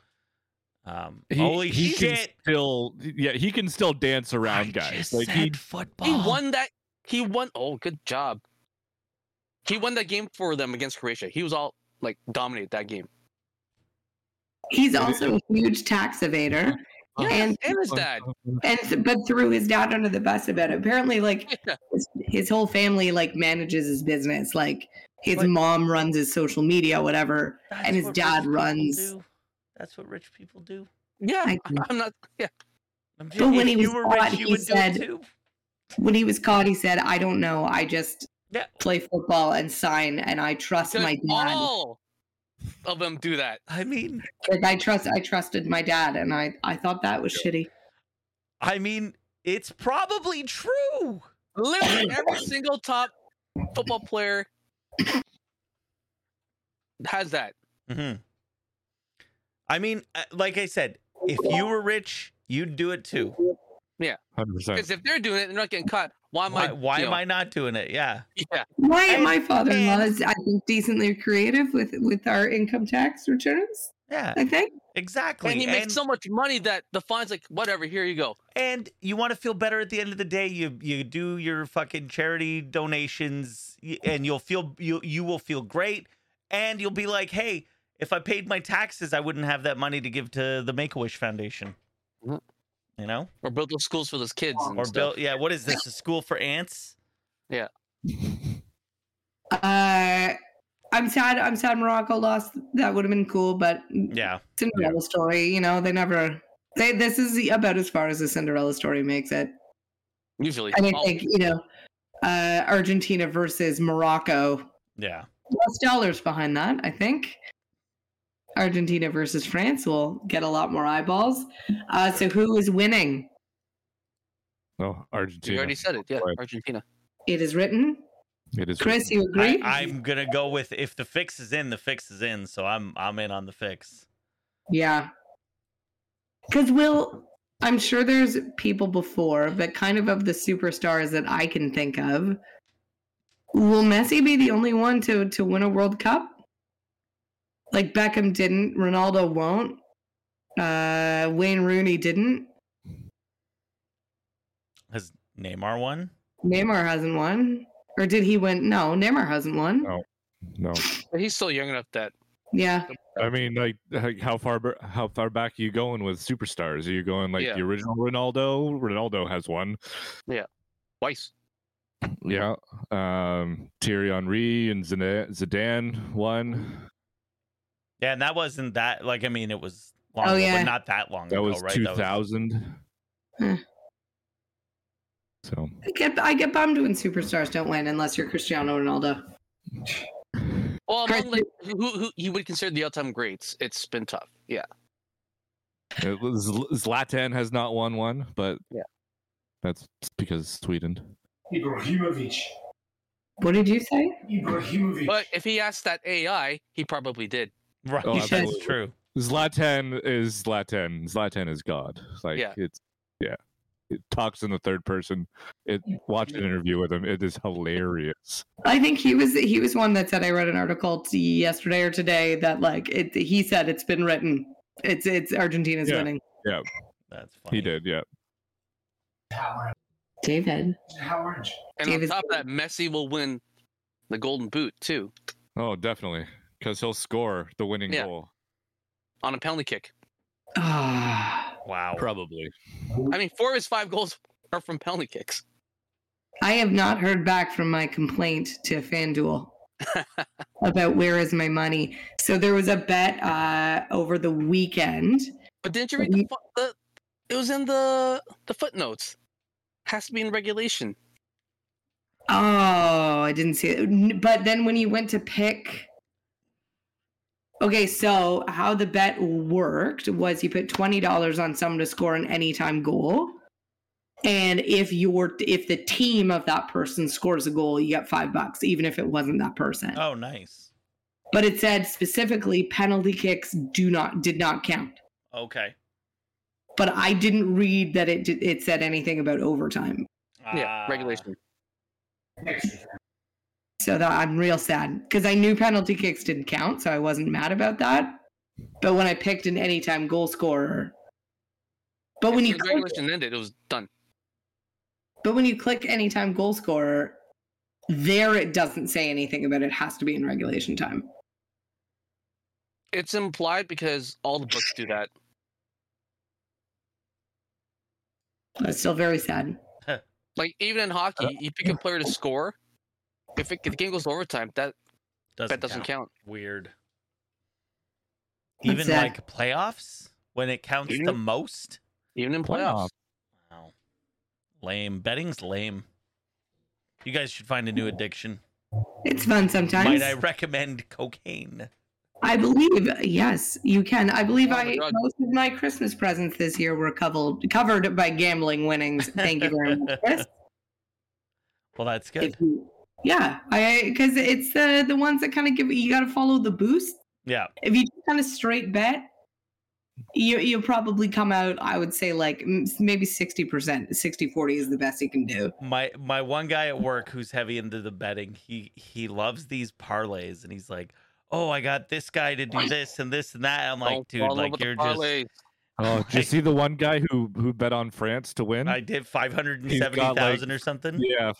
um
He,
holy
he
shit.
Can still, yeah, he can still dance around
I
guys.
just
Like
said
he,
football.
He won that. He won. Oh, good job. He won that game for them against Croatia. He was all like dominated that game.
He's also a huge tax evader.
Yeah,
And-
and, his dad.
And but threw his dad under the bus about it. Apparently, like
*laughs*
his, his whole family like manages his business. Like his
Like-
mom runs his social media, whatever.
That's
and his
what
dad
rich people
runs-
do. That's what rich people do.
Yeah,
I-
I'm not. Yeah,
I'm
But when
if
he
you
was
were
caught,
rich, you
he
would
said-
do it too.
When he was caught, he said, "I don't know. I just
Yeah.
play football and sign, and I trust
Could
my dad.
all of them do that.
I mean,
Like I trust, I trusted my dad, and I I thought that was shitty.
I mean, it's probably true.
Literally every single top football player has that.
hmm I mean, uh, like I said, if you were rich, you'd do it too.
Hundred
Because
percent.
if they're doing it, they're not getting caught. Why am
Why,
I?
why
you
am
know,
I not doing it? Yeah.
Yeah,
Why
And-
my father-in-law
and-
is I think decently creative with with our income tax returns.
Yeah,
I think.
exactly.
and he makes so much money that the fines like whatever. Here you go.
and you want to feel better at the end of the day you you do your fucking charity donations y- and you'll feel you you will feel great and you'll be like hey if i paid my taxes i wouldn't have that money to give to the make-a-wish foundation
Mhm.
you know
Or build those schools for those kids. And
or
stuff.
bill yeah what is this a school for ants
Uh, I'm sad. I'm sad Morocco lost. That would have been cool, but
yeah
it's a Cinderella story. You know, they never. They, this is about as far as the Cinderella story makes it.
Usually,
And I
Oh,
think you know, uh, Argentina versus Morocco.
yeah
Less dollars behind that, I think. Argentina versus France will get a lot more eyeballs. Uh, so who is winning?
Oh,
you
Argentina.
already said it. Yeah,
Right.
Argentina.
It is written.
It is
Chris, you
I,
agree?
i'm gonna go with if the fix is in the fix is in so i'm i'm in on the fix
Yeah. Because, Will, I'm sure there's people before, but kind of of the superstars that I can think of, will Messi be the only one to, to win a World Cup? Like Beckham didn't, Ronaldo won't, uh, Wayne Rooney didn't,
has neymar won
Neymar hasn't won. Or did he win? No, Neymar hasn't won.
No. No,
But he's still young enough that
Yeah.
I mean, like, like, how far b- how far back are you going with superstars? Are you going like
Yeah.
the original Ronaldo? Ronaldo has one.
twice.
Yeah. Um, Thierry Henry and Zidane, Zidane one.
yeah and that wasn't that like i mean it was long
Oh,
ago,
yeah.
but not that long
That
ago
was
Oh, right
two thousand.
Huh.
So
I get, I get bummed when superstars don't win unless you're Cristiano Ronaldo.
Well,
Chris,
among, like, who, who you would consider the all-time greats? It's been tough. Yeah,
it was, Zlatan has not won one, but
Yeah.
that's because Sweden.
Ibrahimovic.
What did you say?
Ibrahimovic.
but if he asked that AI, he probably did.
*laughs* right
Oh,
that's
absolutely.
true
Zlatan is Zlatan. Zlatan is God. Like
Yeah.
it's yeah. It talks in the third person. It watched an interview with him. It is hilarious.
I think he was he was one that said I read an article t- yesterday or today that like it he said it's been written. It's it's Argentina's
Yeah.
winning.
that's funny
He did, yeah.
Howard.
David.
Howard.
And
David's-
on top of that, Messi will win the Golden Boot too
Oh, definitely. Because he'll score the winning
Yeah.
goal.
on a penalty kick.
Ah.
wow
Probably.
I mean, four of his five goals are from penalty kicks.
I have not heard back from my complaint to
*laughs*
FanDuel about where is my money. So there was a bet uh, over the weekend.
But didn't you read the, fu- the? It was in the the footnotes. Has to be in regulation.
Oh, I didn't see it. N- But then when you went to pick. Okay, so how the bet worked was you put $20 on someone to score an anytime goal. And if your if the team of that person scores a goal, you get five bucks, even if it wasn't that person.
Oh, nice.
But it said specifically penalty kicks do not did not count.
Okay.
But I didn't read that it did, it said anything about overtime.
yeah,
Ah. *laughs*
regulation.
Extra.
So that I'm real sad because I knew penalty kicks didn't count, so I wasn't mad about that. But when I picked an anytime goal scorer, but when
As
you
soon as
click,
regulation ended, it was done.
but when you click anytime goal scorer, there it doesn't say anything about it has to be in regulation time.
It's implied because all the books do that.
It's still very sad.
Like even in
Uh,
hockey, you pick a player to score. If, it, if the game goes to overtime, that
Doesn't
bet doesn't count.
Weird.
That's
Even
sad.
like playoffs when it counts the
Mhm.
most.
Even in
Playoff.
playoffs,
Wow. Lame. Betting's lame. You guys should find a new addiction.
It's fun sometimes.
Might I recommend cocaine?
I believe yes, you can. I believe
Oh, my
I
God.
most of my Christmas presents this year were covered covered by gambling winnings. Thank you
*laughs*
very much, Chris.
Well, that's good.
If you- yeah, I because it's the the ones that kind of give you got to follow the boost.
Yeah.
If you just kind of straight bet, you you'll probably come out. I would say like m- maybe sixty percent, 60-40 is the best you can do.
my my one guy at work who's heavy into the betting he he loves these parlays and he's like oh i got this guy to do this and this and that i'm like
don't
dude
follow
like
with the
you're just
parlays.
Oh, did you see the one guy who who bet on France to win?
i did 570000 or something
yeah.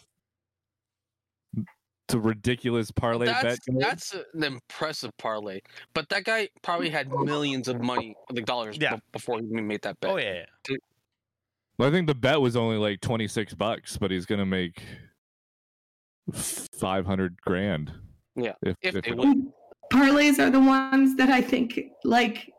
It's a ridiculous parlay
That's
bet. guy.
that's an impressive parlay. But that guy probably had millions of money, like dollars,
Yeah.
be- before he made that bet.
oh yeah, yeah
Well, I think the bet was only like 26 bucks, but he's going to make 500 grand.
Yeah,
If,
if
if
they
it-
win.
parlays are the ones that I think like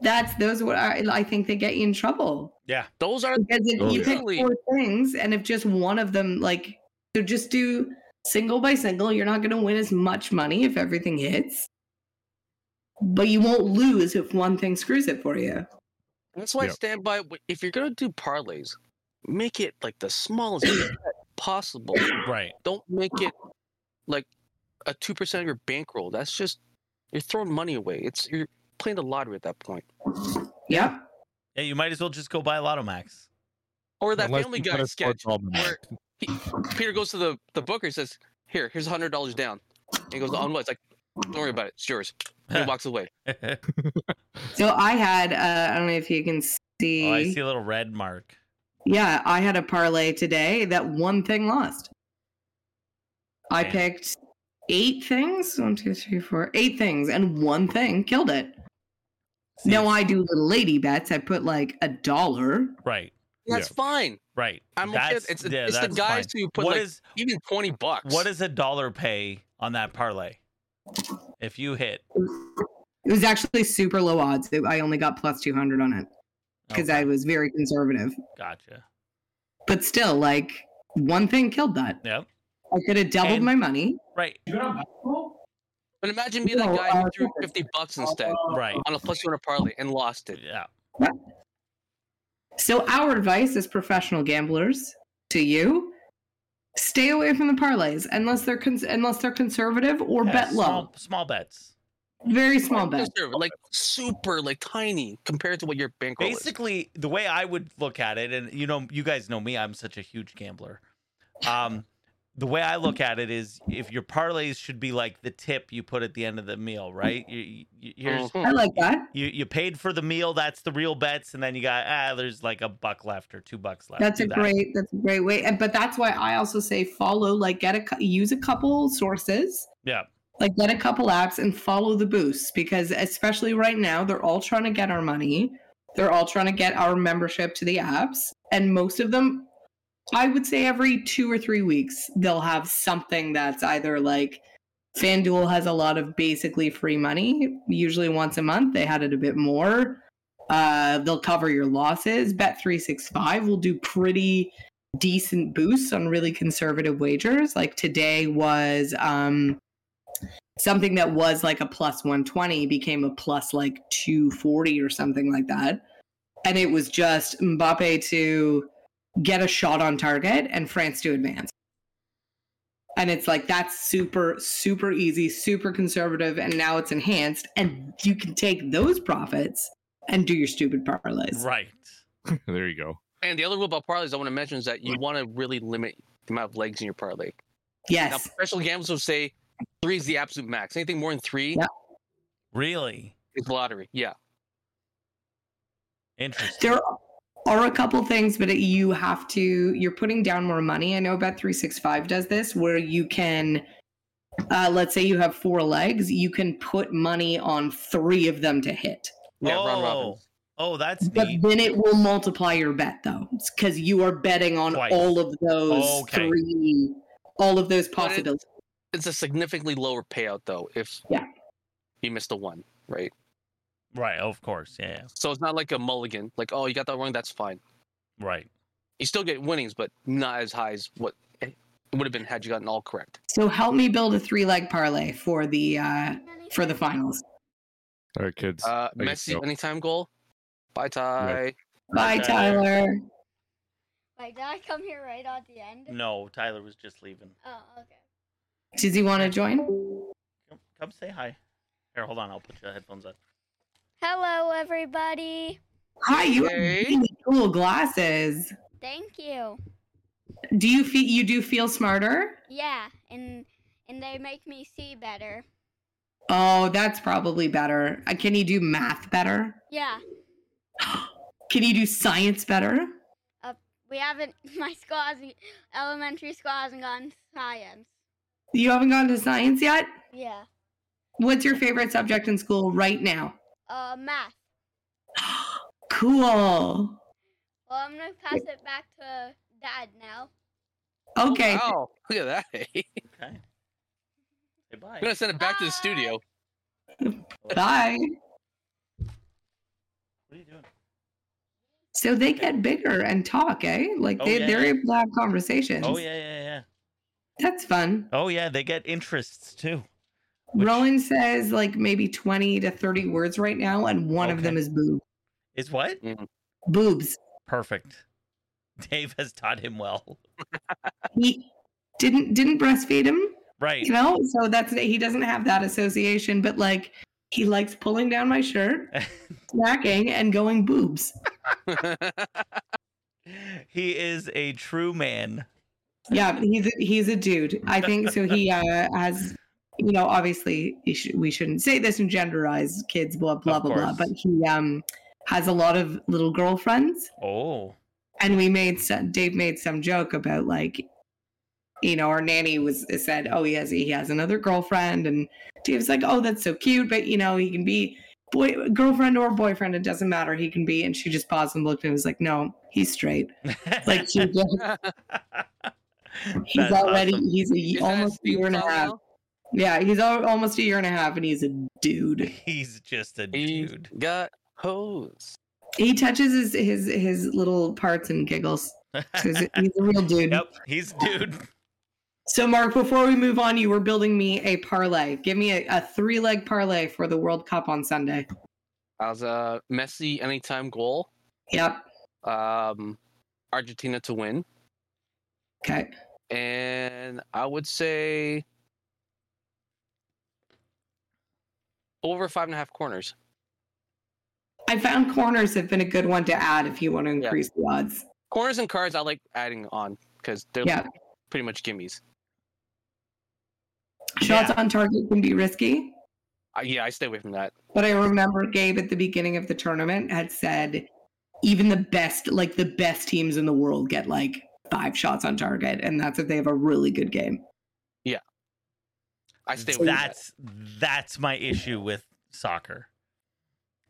that's those what I, I think they get you in trouble
yeah
Those are
because if
Oh,
you pick
yeah.
four things and if just one of them like so just do single by single you're not going to win as much money if everything hits but you won't lose if one thing screws it for you
that's why I
Yeah.
stand by. w- If you're gonna do parlays, make it like the smallest bet possible.
right
Don't make it like a two percent of your bankroll. That's just you're throwing money away. It's you're playing the lottery at that point.
yep
yeah you might as well just go buy *laughs* Lottomax.
Or that
unless
Family
you
Guy
bet a sports
sketch
almanac.
where he, Peter goes to the the booker and says, "Here, here's hundred dollars down." And he goes, "On what?" It's like, "Don't worry about it. It's yours." And he walks away.
Oh,
so i had uh, i don't know if you can see,
oh, i see a little red mark
yeah i had a parlay today that one thing lost i
Damn.
picked eight things one two three four eight things and one thing killed it
See,
No, I do little lady bets. I put like a dollar.
right
That's fine.
right
I'm okay. with-
That's-
It's, it's,
yeah,
it's the
that's
guys
fine.
who put
What
like
is-
even twenty bucks.
what does a dollar pay on that parlay if you hit
It was actually super low odds. It- I only got plus 200 on it because
Okay,
I was very conservative.
gotcha
But still, like one thing killed that.
yep
I could have doubled
And-
my money.
right
You got a basketball?
But imagine being that
No,
guy who
uh,
threw fifty bucks instead
right
on a plus two hundred parlay and lost it.
yeah
So, our advice as professional gamblers to you stay away from the parlays unless they're cons- unless they're conservative or
Yeah,
bet low.
Small, small bets.
Very small bet.
Conservative, like super, like tiny compared to what your bankroll is.
Basically, the way I would look at it, and you know, you guys know me, I'm such a huge gambler. Um, *laughs* the way I look at it is, if your parlays should be like the tip you put at the end of the meal, right? You, you, here's
Mhm.
I like that.
you you paid for the meal, that's the real bets, and then you got ah, there's like a buck left or two bucks left.
That's
do
a
that.
great that's a great way. And but that's why I also say follow like get a cou- use a couple sources.
Yeah.
Like get a couple apps and follow the boosts because especially right now they're all trying to get our money. They're all trying to get our membership to the apps and most of them I would say every 2 or 3 weeks they'll have something that's either like FanDuel has a lot of basically free money, usually once a month. They had it a bit more. Uh, they'll cover your losses. Bet365 will do pretty decent boosts on really conservative wagers. Like today was um, something that was like a plus 120 became a plus like 240 or something like that. And it was just Mbappe to get a shot on target and France to advance. And it's like that's super, super easy, super conservative. And now it's enhanced. And you can take those profits and do your stupid parlays.
Right.
*laughs* there you go.
And the other rule about parlays I want to mention is that you want to really limit the amount of legs in your parlay. Now,
Yes.
professional gamblers will say three is the absolute max. Anything more than three
Yeah.
Really
is lottery. Yeah.
interesting.
There are a couple things, but it, you have to, you're putting down more money. I know Bet365 does this where you can, uh, let's say you have four legs, you can put money on three of them to hit.
Yeah, round
oh,
robin.
oh, that's
But
neat.
then it will multiply your bet though, because you are betting on
Twice.
all of those
Okay.
three, all of those
But it-
possibilities.
It's a significantly lower payout though if
Yeah.
you missed a one, right?
Right, of course. Yeah, yeah.
So it's not like a mulligan. Like, oh, you got that wrong. That's fine.
right.
You still get winnings, but not as high as what it would have been had you gotten all correct.
So help me build a three leg parlay for the uh, for the finals.
All right, kids.
Uh,
I guess
Messi
so.
anytime goal. Bye, Ty.
Bye,
Okay.
Tyler.
Wait, did I come here right at the end?
Mm.
No, Tyler was just leaving.
Oh, okay.
Does he want to join?
Come, come say hi. Here, hold on. I'll put your headphones on.
Hello, everybody.
Hi, you have
Hey.
really cool glasses.
Thank you.
Do you feel you do feel smarter?
Yeah, and and they make me see better.
Oh, that's probably better. Uh, Can you do math better? *gasps*
Yeah,
Can you do science better?
we haven't. *laughs* My school hasn't. Elementary school hasn't gone to science.
You haven't gone to science yet.
Yeah.
What's your favorite subject in school right now?
Uh, math.
Cool.
Well, I'm gonna pass it back to Dad now.
Okay.
Wow, look at that. *laughs* eh? I'm
Okay. Say bye.
gonna send it back to the studio. *laughs*
Bye.
What are you doing?
So they get bigger and talk, eh? Like
Oh,
they,
yeah,
they're
yeah.
able to have conversations.
Oh yeah, yeah, yeah.
That's fun.
Oh yeah, they get interests too. Which
Rowan says like maybe 20 to 30 words right now, and one of
Okay.
them is boob.
is what?
Boobs.
Perfect. Dave has taught him well.
He didn't didn't breastfeed him, *laughs*
Right. *laughs*
you know? So that's he doesn't have that association, but like he likes pulling down my shirt, snacking, and going boobs.
he is a true man.
Yeah, he's a, he's a dude. I think so. He uh, has, you know, obviously you sh- we shouldn't say this and genderize kids, blah blah
Of
blah blah.
course.
But he um has a lot of little girlfriends,
Oh.
and we made some, Dave made some joke about like, you know, our nanny was said, oh, he has he has another girlfriend, and Dave's like, oh, that's so cute, but you know, he can be boy girlfriend or boyfriend, it doesn't matter. He can be, and she just paused and looked and was like, no, he's straight.
*laughs*
Like she just He's
That's
already
awesome.
he's a,
Is that
almost a
Steve
year and a
Ballmer?
half. Yeah, he's al- almost a year and a half, and he's a dude.
He's just a
He's
dude.
got hose.
He touches his his his little parts and giggles. So
*laughs*
He's a, he's a real dude.
yep, he's dude.
So, Mark, before we move on, you were building me a parlay. Give me a, a three leg parlay for the World Cup on Sunday.
As a Messi anytime goal.
Yep.
Um, Argentina to win,
Okay.
and I would say over five and a half corners.
I found corners have been a good one to add if you want to increase the odds.
Corners and cards I like adding on because they're
Yeah.
pretty much gimmies.
Shots on target can be risky.
I, yeah, I stay away from that.
But I remember Gabe at the beginning of the tournament had said, even the best, like the best teams in the world get like five shots on target. And that's if they have a really good game.
I stay away. from that.
That's that's my issue with soccer.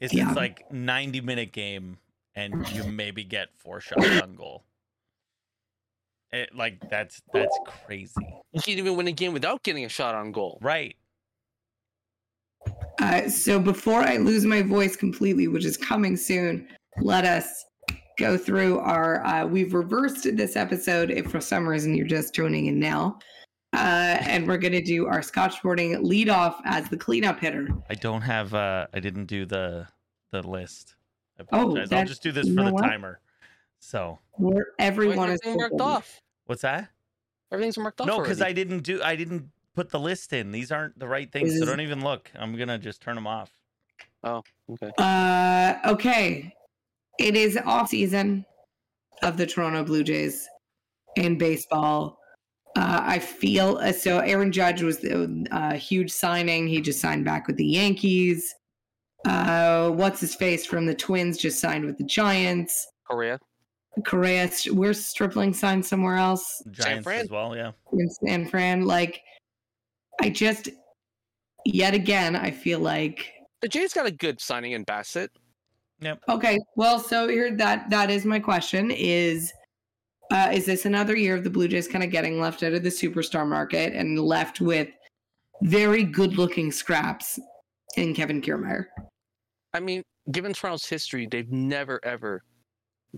Is
Yeah.
it's like 90 minute game and you maybe get four shots on goal. It, like that's that's crazy.
You can't even win a game without getting a shot on goal.
Right.
Uh, so before I lose my voice completely, which is coming soon, let us go through our. Uh, we've reversed this episode if for some reason you're just tuning in now. Uh, and we're going to do our Scotchboarding lead off as the cleanup hitter.
I don't have uh I didn't do the the list.
Oh,
I apologize. I'll
that-
just do this
you
for
know
the
what?
timer. So,
Where
Why
everyone
is
is
everything marked
welcome.
off.
what's that?
Everything's marked off.
No, because I
already.
didn't do. I didn't put the list in. These aren't the right things, so
Is-
don't even look. I'm gonna just turn them off.
okay.
Uh, okay. It is off season. of the Toronto Blue Jays in baseball. Uh, I feel uh, so. Aaron Judge was the uh, huge signing. He just signed back with the Yankees. Uh, what's his face from the Twins just signed with the Giants.
Korea.
Correa, where's Stripling signed somewhere else?
Giants
Fran.
as well, yeah.
in San Fran. Like, I just, yet again, I feel like
The Jays got a good signing in Bassett.
okay. Well, so here that that is my question: is uh, is this another year of the Blue Jays kind of getting left out of the superstar market and left with very good-looking scraps in Kevin Kiermaier?
I mean, given Toronto's history, they've never ever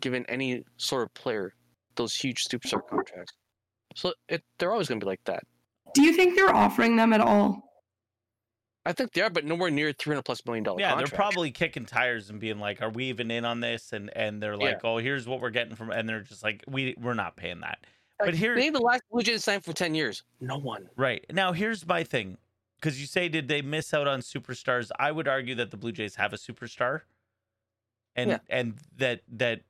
given any sort of player those huge superstar contracts. So it, they're always going to be like that.
Do you think they're offering them at all?
I think they are, but nowhere near three hundred plus million dollar.
Yeah,
contract.
they're probably kicking tires and being like, "Are we even in on this?" And and they're
Yeah.
like, "Oh, here's what we're getting from," and they're just like, "We we're not paying that."
Like,
but here,
Name the last Blue Jays signed for ten years. No one.
right now, here's my thing, because you say, did they miss out on superstars? I would argue that the Blue Jays have a superstar, and
Yeah.
and that that.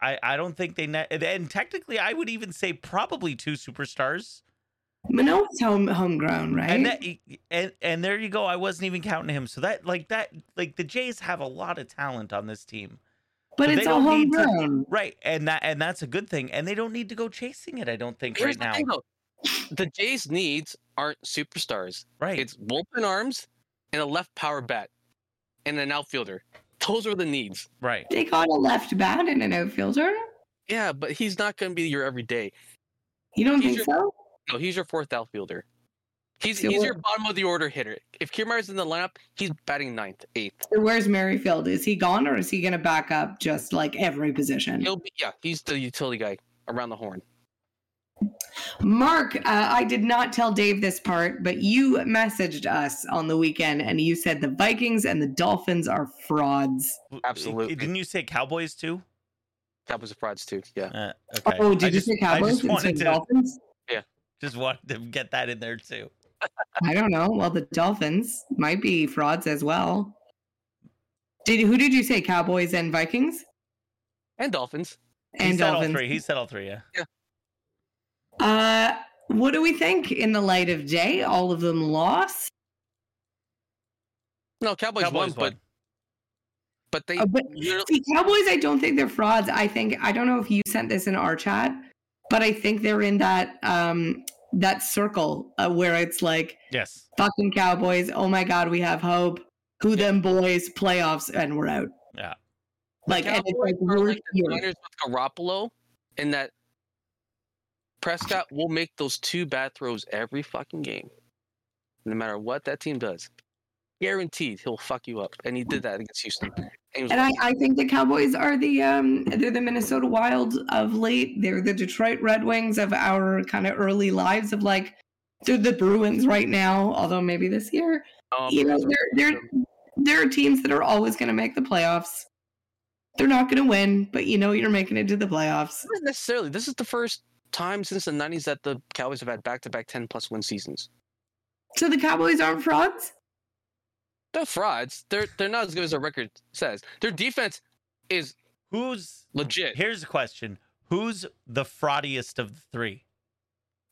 I, I don't think they ne- and technically I would even say probably two superstars
Manoa's home homegrown, right?
and that and and there you go I wasn't even counting him so that like that like the Jays have a lot of talent on this team
but
they
it's all
don't need to-
homegrown.
Right, and that and that's a good thing, and they don't need to go chasing it. I don't think
Here's
right now.
the thing, though. The Jays' needs aren't superstars.
Right,
It's bullpen arms and a left power bat and an outfielder. Those are the needs.
right.
They got a left bat and an outfielder.
Yeah, but he's not going to be your everyday.
You don't
He's
think so?
No, he's your fourth outfielder. He's
So
he's
what-
your bottom of the order hitter. If Kiermaier's in the lineup, he's batting ninth, eighth.
So where's Merrifield? Is he gone or is he going to back up just like every position?
He'll be yeah. He's the utility guy around the horn.
Mark, uh, I did not tell Dave this part, but you messaged us on the weekend and you said the Vikings and the Dolphins are frauds.
W-
absolutely.
Didn't you say Cowboys too?
That was a frauds too. Yeah.
Uh, okay.
Oh, did
I
you
just,
say
I
Cowboys
just
instead
wanted
of
to
Dolphins?
just wanted to get that in there too.
I don't know. Well, the Dolphins might be frauds as well. Did who did you say Cowboys and Vikings
And Dolphins.
he
and
said all
Dolphins?
three. He said all three. Yeah.
Uh, what do we think in the light of day? All of them lost,
No, Cowboys, won,
Cowboys
but
won.
but they
Uh, but
literally-
See, Cowboys, I don't think they're frauds. I think I don't know if you sent this in our chat, but I think they're in that um that circle uh, where it's like
Yes.
fucking Cowboys. Oh my God, we have hope. Who them boys playoffs and we're out.
Yeah.
Like and it's like
Cowboys are
we're
like the
here.
Niners with Garoppolo, and that Prescott will make those two bad throws every fucking game, no matter what that team does. Guaranteed, he'll fuck you up, and he did that against Houston. And he was
And I,
lucky.
I think the Cowboys are the um they're the Minnesota Wild of late. They're the Detroit Red Wings of our kind of early lives of like they're the Bruins right now, although maybe this year.
Um,
you know,
that's what-
there, there, there are teams that are always going to make the playoffs. They're not going to win, but you know you're making it to the playoffs.
not necessarily. This is the first time since the '90s that the Cowboys have had back-to-back 10-plus win seasons.
So the Cowboys aren't frauds.
They're frauds. They're they're not as good as their record says. Their defense is
Who's
legit.
here's a question: Who's the fraudiest of the three?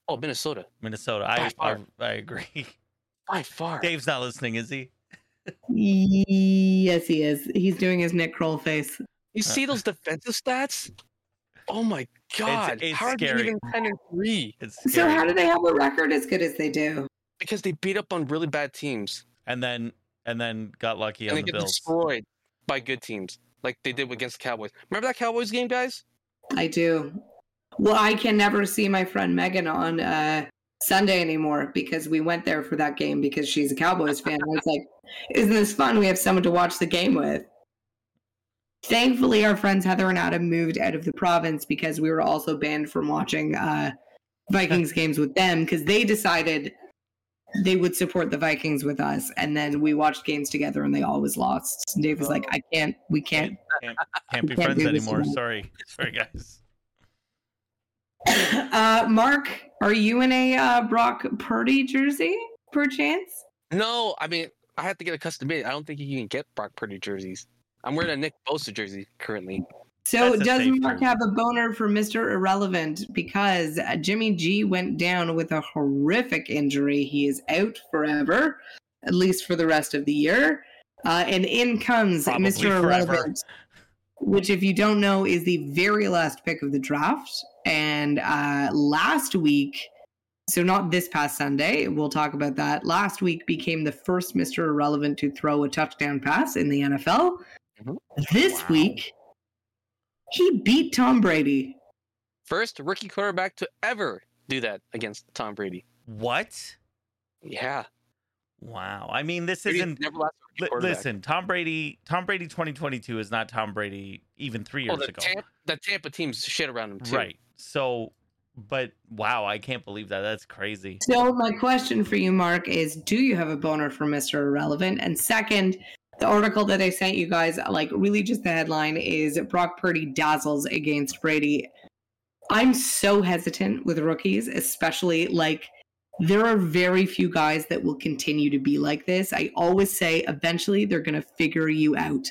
Oh, Minnesota
Minnesota.
By
I I,
far.
I agree. *laughs*
by far.
Dave's not listening, is he?
Yes, he is. He's doing his Nick Kroll face.
You see those defensive stats? Oh my god!
it's
How are
scary.
they even ten and three?
It's
So
scary.
how do they have a record as good as they do?
Because they beat up on really bad teams
and then and then got lucky
and
on
they
the
get
Bills.
destroyed by good teams, like they did against the Cowboys. Remember that Cowboys game, guys?
I do. Well, I can never see my friend Megan on uh, Sunday anymore because we went there for that game because she's a Cowboys fan. I was like, isn't this fun? We have someone to watch the game with. Thankfully, our friends Heather and Adam moved out of the province because we were also banned from watching uh, Vikings games with them because they decided they would support the Vikings with us. And then we watched games together and they always lost. And Dave was like, I can't, we can't
Can't, can't be
Can't
friends
do this
anymore.
anymore.
Sorry, *laughs* sorry guys.
*coughs* uh, Mark, are you in a uh, Brock Purdy jersey, perchance?
No, I mean I had to get a custom made. I don't think you can get Brock Purdy jerseys. I'm wearing a Nick Bosa jersey currently.
So
That's a
does
safe
Mark
move.
have a boner for Mr. Irrelevant because uh, Jimmy G went down with a horrific injury. He is out forever, at least for the rest of the year. Uh, and in comes
Probably
Mr.
forever.
Irrelevant, which, if you don't know, is the very last pick of the draft. And uh, last week, so not this past Sunday, we'll talk about that. Last week became the first Mr. Irrelevant to throw a touchdown pass in the NFL.
Mhm.
This
Wow.
week, he beat Tom Brady.
First rookie quarterback to ever do that against Tom Brady.
What?
Yeah.
Wow. I mean, this
Brady's
isn't.
never lost a rookie
li-
quarterback.
listen, Tom Brady. Tom Brady 2022 is not Tom Brady even three
Oh,
years
the,
ago.
Tampa, the Tampa team's shit around him too.
Right. So, but wow, I can't believe that. That's crazy.
So my question for you, Mark, is do you have a boner for Mr. Irrelevant? And second, the article that I sent you guys, like really just the headline is Brock Purdy dazzles against Brady. I'm so hesitant with rookies, especially like there are very few guys that will continue to be like this. I always say eventually they're going to figure you out.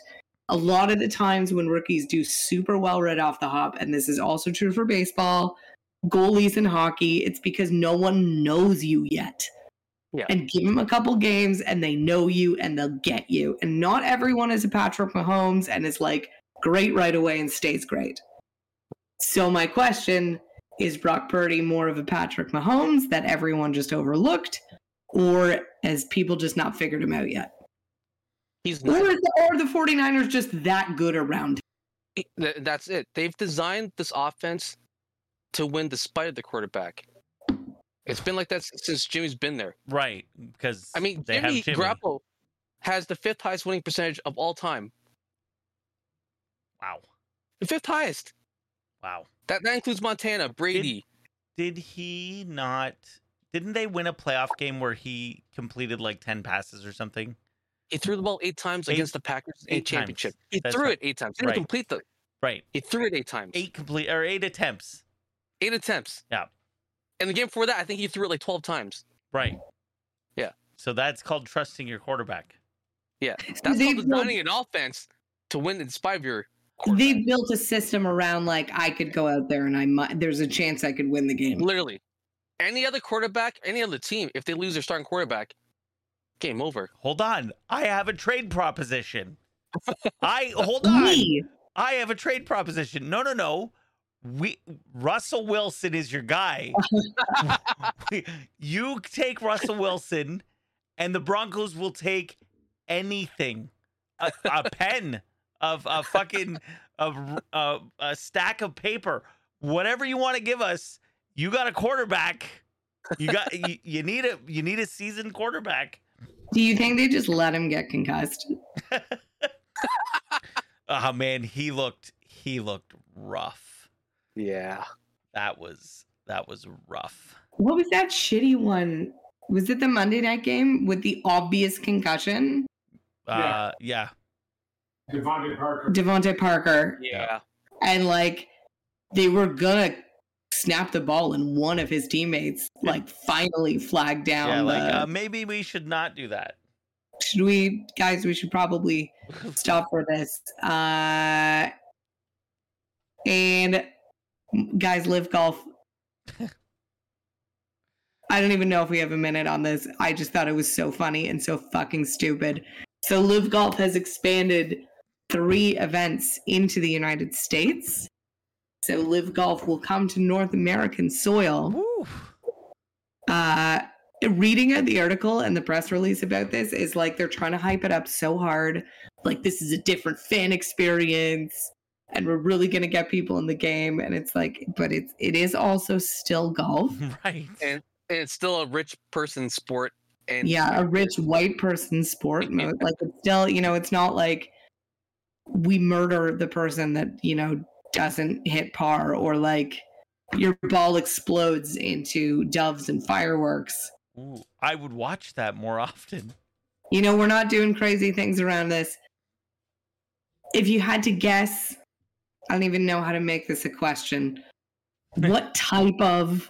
A lot of the times when rookies do super well right off the hop, and this is also true for baseball, goalies in hockey, it's because no one knows you yet.
Yeah.
And give them a couple games and they know you and they'll get you. And not everyone is a Patrick Mahomes and is like great right away and stays great. So, my question is Brock Purdy more of a Patrick Mahomes that everyone just overlooked, or has people just not figured him out yet?
He's
Or
not.
is the, are the 49ers just that good around him?
Th- That's it. They've designed this offense to win despite of the quarterback. It's been like that s- since Jimmy's been there.
Right. Because
I mean,
they
Jimmy,
have Jimmy.
Garoppolo has the fifth highest winning percentage of all time.
Wow.
The fifth highest.
Wow.
That that includes Montana, Brady.
Did he not? Didn't they win a playoff game where he completed like ten passes or something?
He threw the ball eight times
Eight-
against the Packers in
eight times.
championship. He
That's
threw
right.
it eight times. He didn't
Right.
complete the.
Right.
He threw it eight times.
Eight complete or eight attempts.
Eight attempts.
Yeah.
And the game before that, I think he threw it like twelve times.
Right.
Yeah.
So that's called trusting your quarterback. *laughs*
That's
They
called
built-
designing an offense to win in spite of your.
They built a system around like I could go out there and I might, there's a chance I could win the game.
Literally, any other quarterback, any other team, if they lose their starting quarterback, game over.
Hold on. I have a trade proposition. I hold on.
Me.
I have a trade proposition. No, no, no. We Russell Wilson is your guy. you take Russell Wilson, and the Broncos will take anything, a, a pen, of a fucking a, a, a stack of paper, whatever you want to give us. You got a quarterback. You got you, you need a you need a seasoned quarterback.
Do you think they just let him get concussed?
Oh man, he looked he looked rough.
Yeah.
That was that was rough.
What was that shitty one? Was it the Monday night game with the obvious concussion?
Uh, yeah.
Devontae Parker.
Devontae Parker.
Yeah.
And like they were gonna snap the ball and one of his teammates like finally flagged down.
Yeah, like
the-
uh, maybe we should not do that.
should we guys we should probably stop for this. Uh and guys live golf. I don't even know if we have a minute on this. I just thought it was so funny and so fucking stupid. So Live Golf has expanded three events into the United States. So Live Golf will come to North American soil
Woo.
uh reading out the article and the press release about this is like they're trying to hype it up so hard like this is a different fan experience and we're really going to get people in the game and it's like but it's it is also still golf
*laughs*
Mhm.
Right.
And- And it's still a rich person sport. And
yeah a rich white person sport
Yeah.
mo- like it's still you know it's not like we murder the person that you know doesn't hit par or like your ball explodes into doves and fireworks
Ooh, I would watch that more often.
You know, we're not doing crazy things around this. If you had to guess, I don't even know how to make this a question. What type of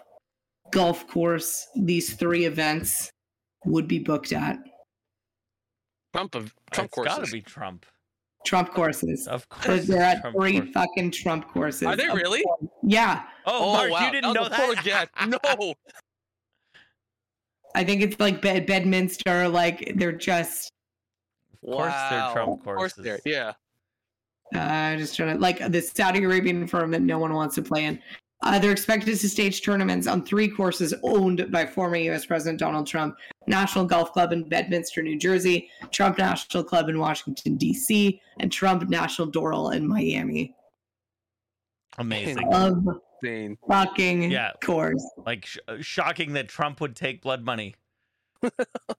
golf course these three events would be booked at?
Trump of
Trump
*laughs* Trump
it's got
courses.
to be Trump.
Trump courses.
Of course.
They're at
Uh, Trump
three
course.
fucking Trump courses.
Are they
Of
really?
course. Yeah.
Oh, Mark, you didn't know
was a poor
that? *laughs*
guess. No.
I think it's like Bed- Bedminster. Like they're just,
Of course they're
Wow.
Trump
Of course
courses.
they're. Yeah.
uh, just trying to like the Saudi Arabian firm that no one wants to play in. Uh, they're expected to stage tournaments on three courses owned by former U.S. President Donald Trump: National Golf Club in Bedminster, New Jersey, Trump National Club in Washington D.C., and Trump National Doral in Miami.
Amazing.
Of
Insane.
fucking
Yeah.
course.
like sh- uh, shocking that Trump would take blood
*laughs*
money.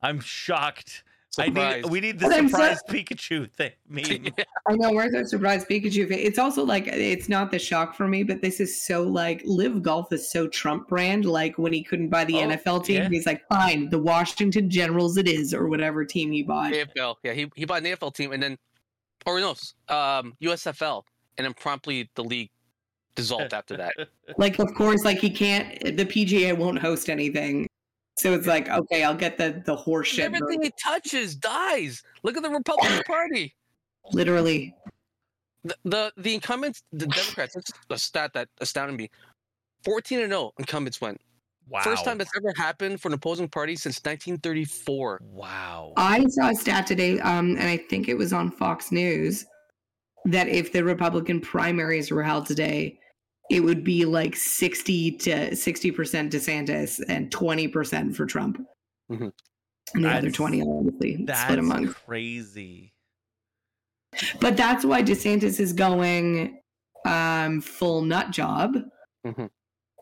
I'm shocked. I
Surprise.
need we need the
But I'm so-
surprise Pikachu
*laughs*
thing meme.
I know where's our surprise Pikachu fan? It's also like it's not the shock for me, but this is so like live golf is so Trump brand. Like when he couldn't buy the
Oh,
NFL team,
yeah.
he's like, fine, the Washington Generals it is, or whatever team he bought.
AFL. Yeah, he, he bought an AFL team and then, or no, s- um, USFL. And then promptly the league *laughs* dissolved
*laughs*
after that.
Like of course, like he can't the PGA won't host anything. So it's like, okay, I'll get the the horse shit.
Everything he touches dies. Look at the *laughs* Republican Party.
Literally.
The, the the incumbents, the Democrats. That's a stat that astounded me. Fourteen and zero incumbents went.
Wow.
First time that's ever happened for an opposing party since 1934.
Wow.
I saw a stat today, um, and I think it was on Fox News, that if the Republican primaries were held today, it would be like 60 to 60 percent DeSantis and 20 percent for Trump.
Mhm.
And the other
That's-
20, obviously, Um, split
That's
among.
crazy.
But that's why DeSantis is going um, full nut job.
Mhm.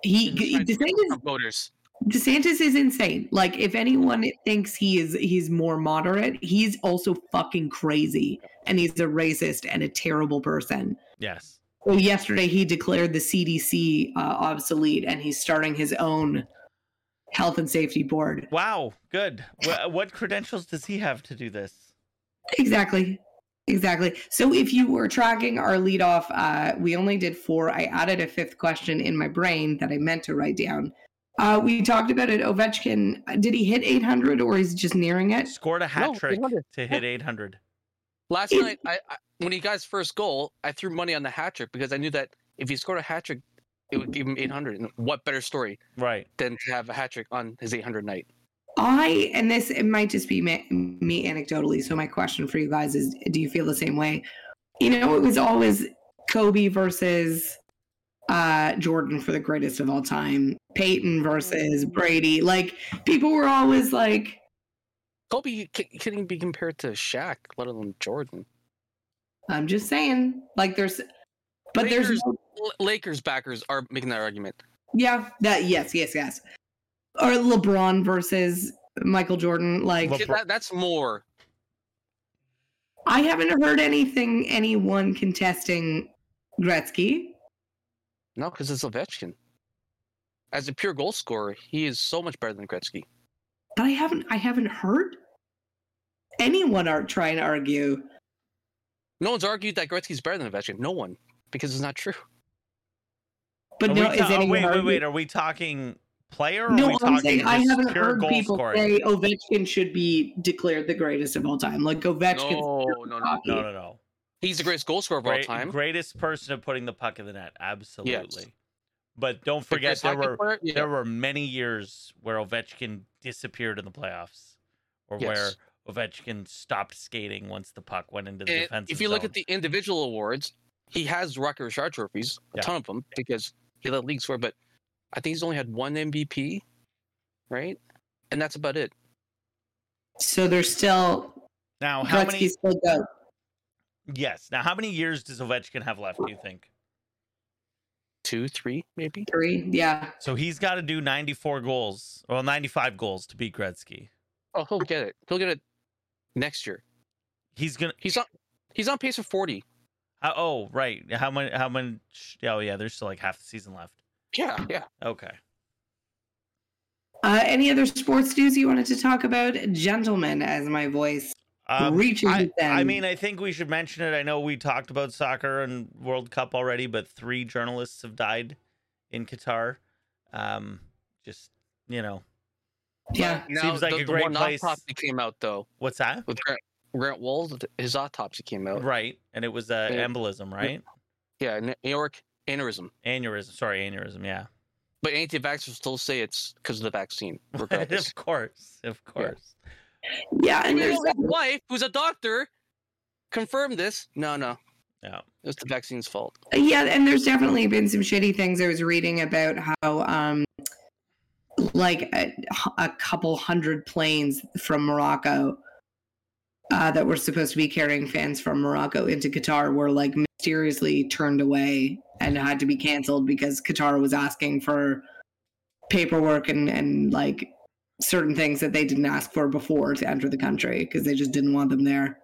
He
He's trying to
DeSantis
Trump voters.
DeSantis is insane. Like if anyone thinks he is he's more moderate, he's also fucking crazy and he's a racist and a terrible person.
Yes.
So yesterday he declared the CDC uh, obsolete and he's starting his own health and safety board.
Wow. Good. Wha- what credentials does he have to do this?
Exactly. Exactly. So if you were tracking our lead off, uh, we only did four. I added a fifth question in my brain that I meant to write down. Uh, we talked about it. Ovechkin, did he hit 800 or he's just nearing it?
Scored a hat
No,
trick
800.
to hit 800.
Last
Is-
night, I, I when he got his first goal, I threw money on the hat trick because I knew that if he scored a hat trick, it would give him 800. And what better story
Right.
than to have a hat trick on his 800 night?
I and this it might just be me, me anecdotally. So my question for you guys is: Do you feel the same way? You know, it was always Kobe versus uh, Jordan for the greatest of all time, Peyton versus Brady. Like people were always like,
Kobe you ca- you couldn't be compared to Shaq, let alone Jordan.
"I'm just saying." Like there's, but there's
Lakers-
no,
L- Lakers backers are making that argument.
yeah that yes yes yes, or LeBron versus Michael Jordan. Like
Well,
Yeah,
pro-
that- that's more.
I haven't heard anything anyone contesting Gretzky.
No, because it's Ovechkin. As a pure goal scorer, he is so much better than Gretzky.
but I haven't I haven't heard anyone are trying to argue.
No one's argued that Gretzky's better than Ovechkin. No one, because it's not true.
But
Are
no,
we
is
ta- oh,
anyone
wait, wait,
arguing-
wait. Are we talking player? Or are
No,
we
I'm
talking
saying I
just
haven't
pure
heard
goal
people
scoring?
say Ovechkin should be declared the greatest of all time. Like Ovechkin,
No,
*laughs*
no, no.
No, no, no.
He's the greatest goal scorer of all
Great-
time.
Greatest person at putting the puck in the net. Absolutely. But don't
The
forget
greatest
there
hockey
were
player- yeah.
there were many years where Ovechkin disappeared in the playoffs, or
Yes.
where Ovechkin stopped skating once the puck went into the
And
defense.
Eh, if you look at the individual awards, he has Rocker Richard trophies, a
Yeah.
ton of them, because he led leagues for. But I think he's only had one MVP, right? And that's about it.
so there's still
now, Oh, how
Gretzky
many?
still go.
Yes. Now, how many years does Ovechkin have left? Do you think?
Two, three, maybe.
Three, yeah.
So he's got to do 94 goals, well, 95 goals to beat Gretzky.
Oh, he'll get it. He'll get it next year.
He's gonna.
He's on. He's on pace for forty.
uh, Oh, right. How many? How many? Oh, yeah. There's still like half the season left.
Yeah, yeah.
Okay.
Uh, any other sports news you wanted to talk about, gentlemen? As my voice
Um,
reaches
I,
them.
I mean, I think we should mention it. I know we talked about soccer and World Cup already, but three journalists have died in Qatar. Um, just you know,
yeah.
Now,
Seems like
the,
a
the
great
one
place.
autopsy came out though.
what's that?
With Gre- Grant Wald, his autopsy came out.
Right. And it was uh,
Yeah.
embolism, right?
Yeah, an aortic aneurysm.
Aneurysm. Sorry, aneurysm. Yeah. *laughs*
But anti-vaxxers still say it's because of the vaccine, regardless.
of course. Of course.
Yeah, and
Even
there's
his wife, who's a doctor, confirmed this. No, no,
Yeah.
it was the vaccine's fault.
yeah, and there's definitely been some shitty things. I was reading about how um like a, a couple hundred planes from Morocco uh, that were supposed to be carrying fans from Morocco into Qatar were like mysteriously turned away and had to be canceled because Qatar was asking for paperwork and and like certain things that they didn't ask for before to enter the country because they just didn't want them there.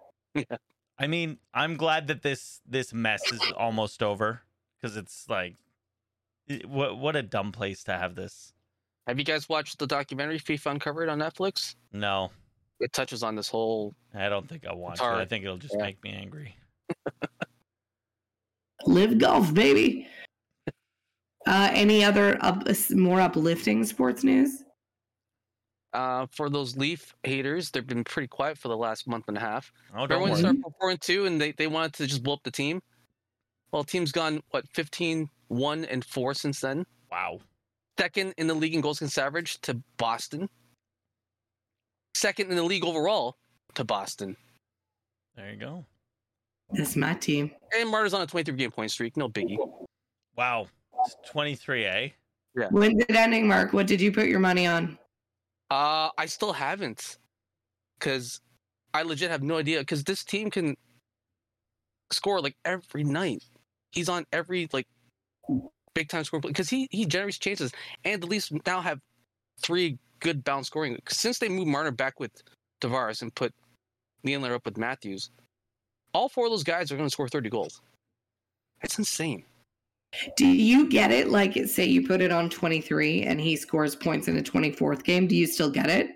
I mean, I'm glad that this this mess is almost over because it's like, it- what what a dumb place to have this.
Have you guys watched the documentary FIFA Uncovered on Netflix?
No,
It touches on this whole.
I don't think I'll watch it. I
hard.
think it'll just
Yeah.
make me angry.
Live golf, baby. Uh, any other up, more uplifting sports news?
Uh, for those Leaf haters, they've been pretty quiet for the last month and a half.
Oh, don't
Everyone
worry.
started four and two, and they, they wanted to just blow up the team. Well, team's gone what 15, 1 and four since then.
wow.
Second in the league in goals against average to Boston. Second in the league overall to Boston.
There you go.
That's my team.
And Marty's on a 23 game point streak. No biggie.
Wow. It's 23, eh?
When's it ending, Mark? What did you put your money on?
Uh, I still haven't, because I legit have no idea. Because this team can score like every night. He's on every like big time scoring because he he generates chances, and the Leafs now have three good bounce scoring since they moved Marner back with Tavares and put Nylander up with Matthews. All four of those guys are going to score thirty goals. That's insane.
Do you get it? Like, say you put it on 23 and he scores points in the 24th game. Do you still get it?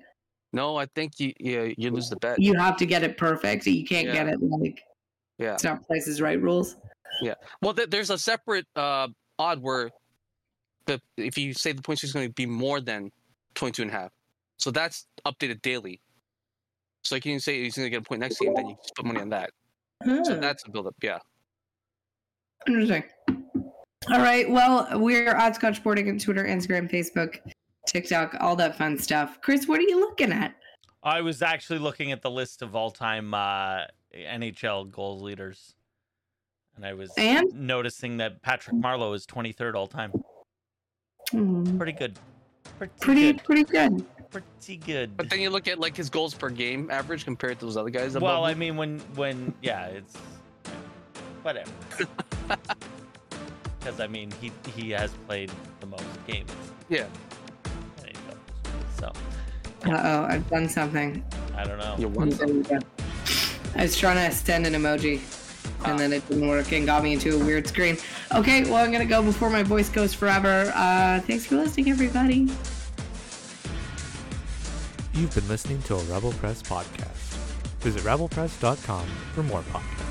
No, I think you you, you lose the bet.
You have to get it perfect. You can't get
Yeah.
it like
Yeah.
it's not Prices Right rules.
Well, th- there's a separate uh, odd where the if you say the point streak is going to be more than 22 and a half. So that's updated daily. So you can say he's going to get a point next game, then you just put money on that. So
Huh.
that's a build up. Yeah.
Interesting. All right. Well, we're on Scotch Boarding on Twitter, Instagram, Facebook, TikTok, all that fun stuff. Chris, what are you looking at?
I was actually looking at the list of all-time uh, NHL goal leaders, and I was
And?
noticing that Patrick Marlowe is 23rd all-time.
Hmm.
Pretty good. Pretty,
Pretty,
good.
pretty good.
Pretty good.
But then you look at like his goals per game average compared to those other guys.
well,
above
I
him.
mean, when when yeah, it's
*laughs*
whatever. Because I mean, he he has played the most games.
Yeah.
There you go. So
Uh oh, I've done something.
I don't know.
you won some.
I was trying to send an emoji and then it didn't work and got me into a weird screen. Okay, well, I'm going to go before my voice goes forever. Uh, thanks for listening, everybody.
You've been listening to a Rebel Press podcast. Visit rebelpress.com for more podcasts.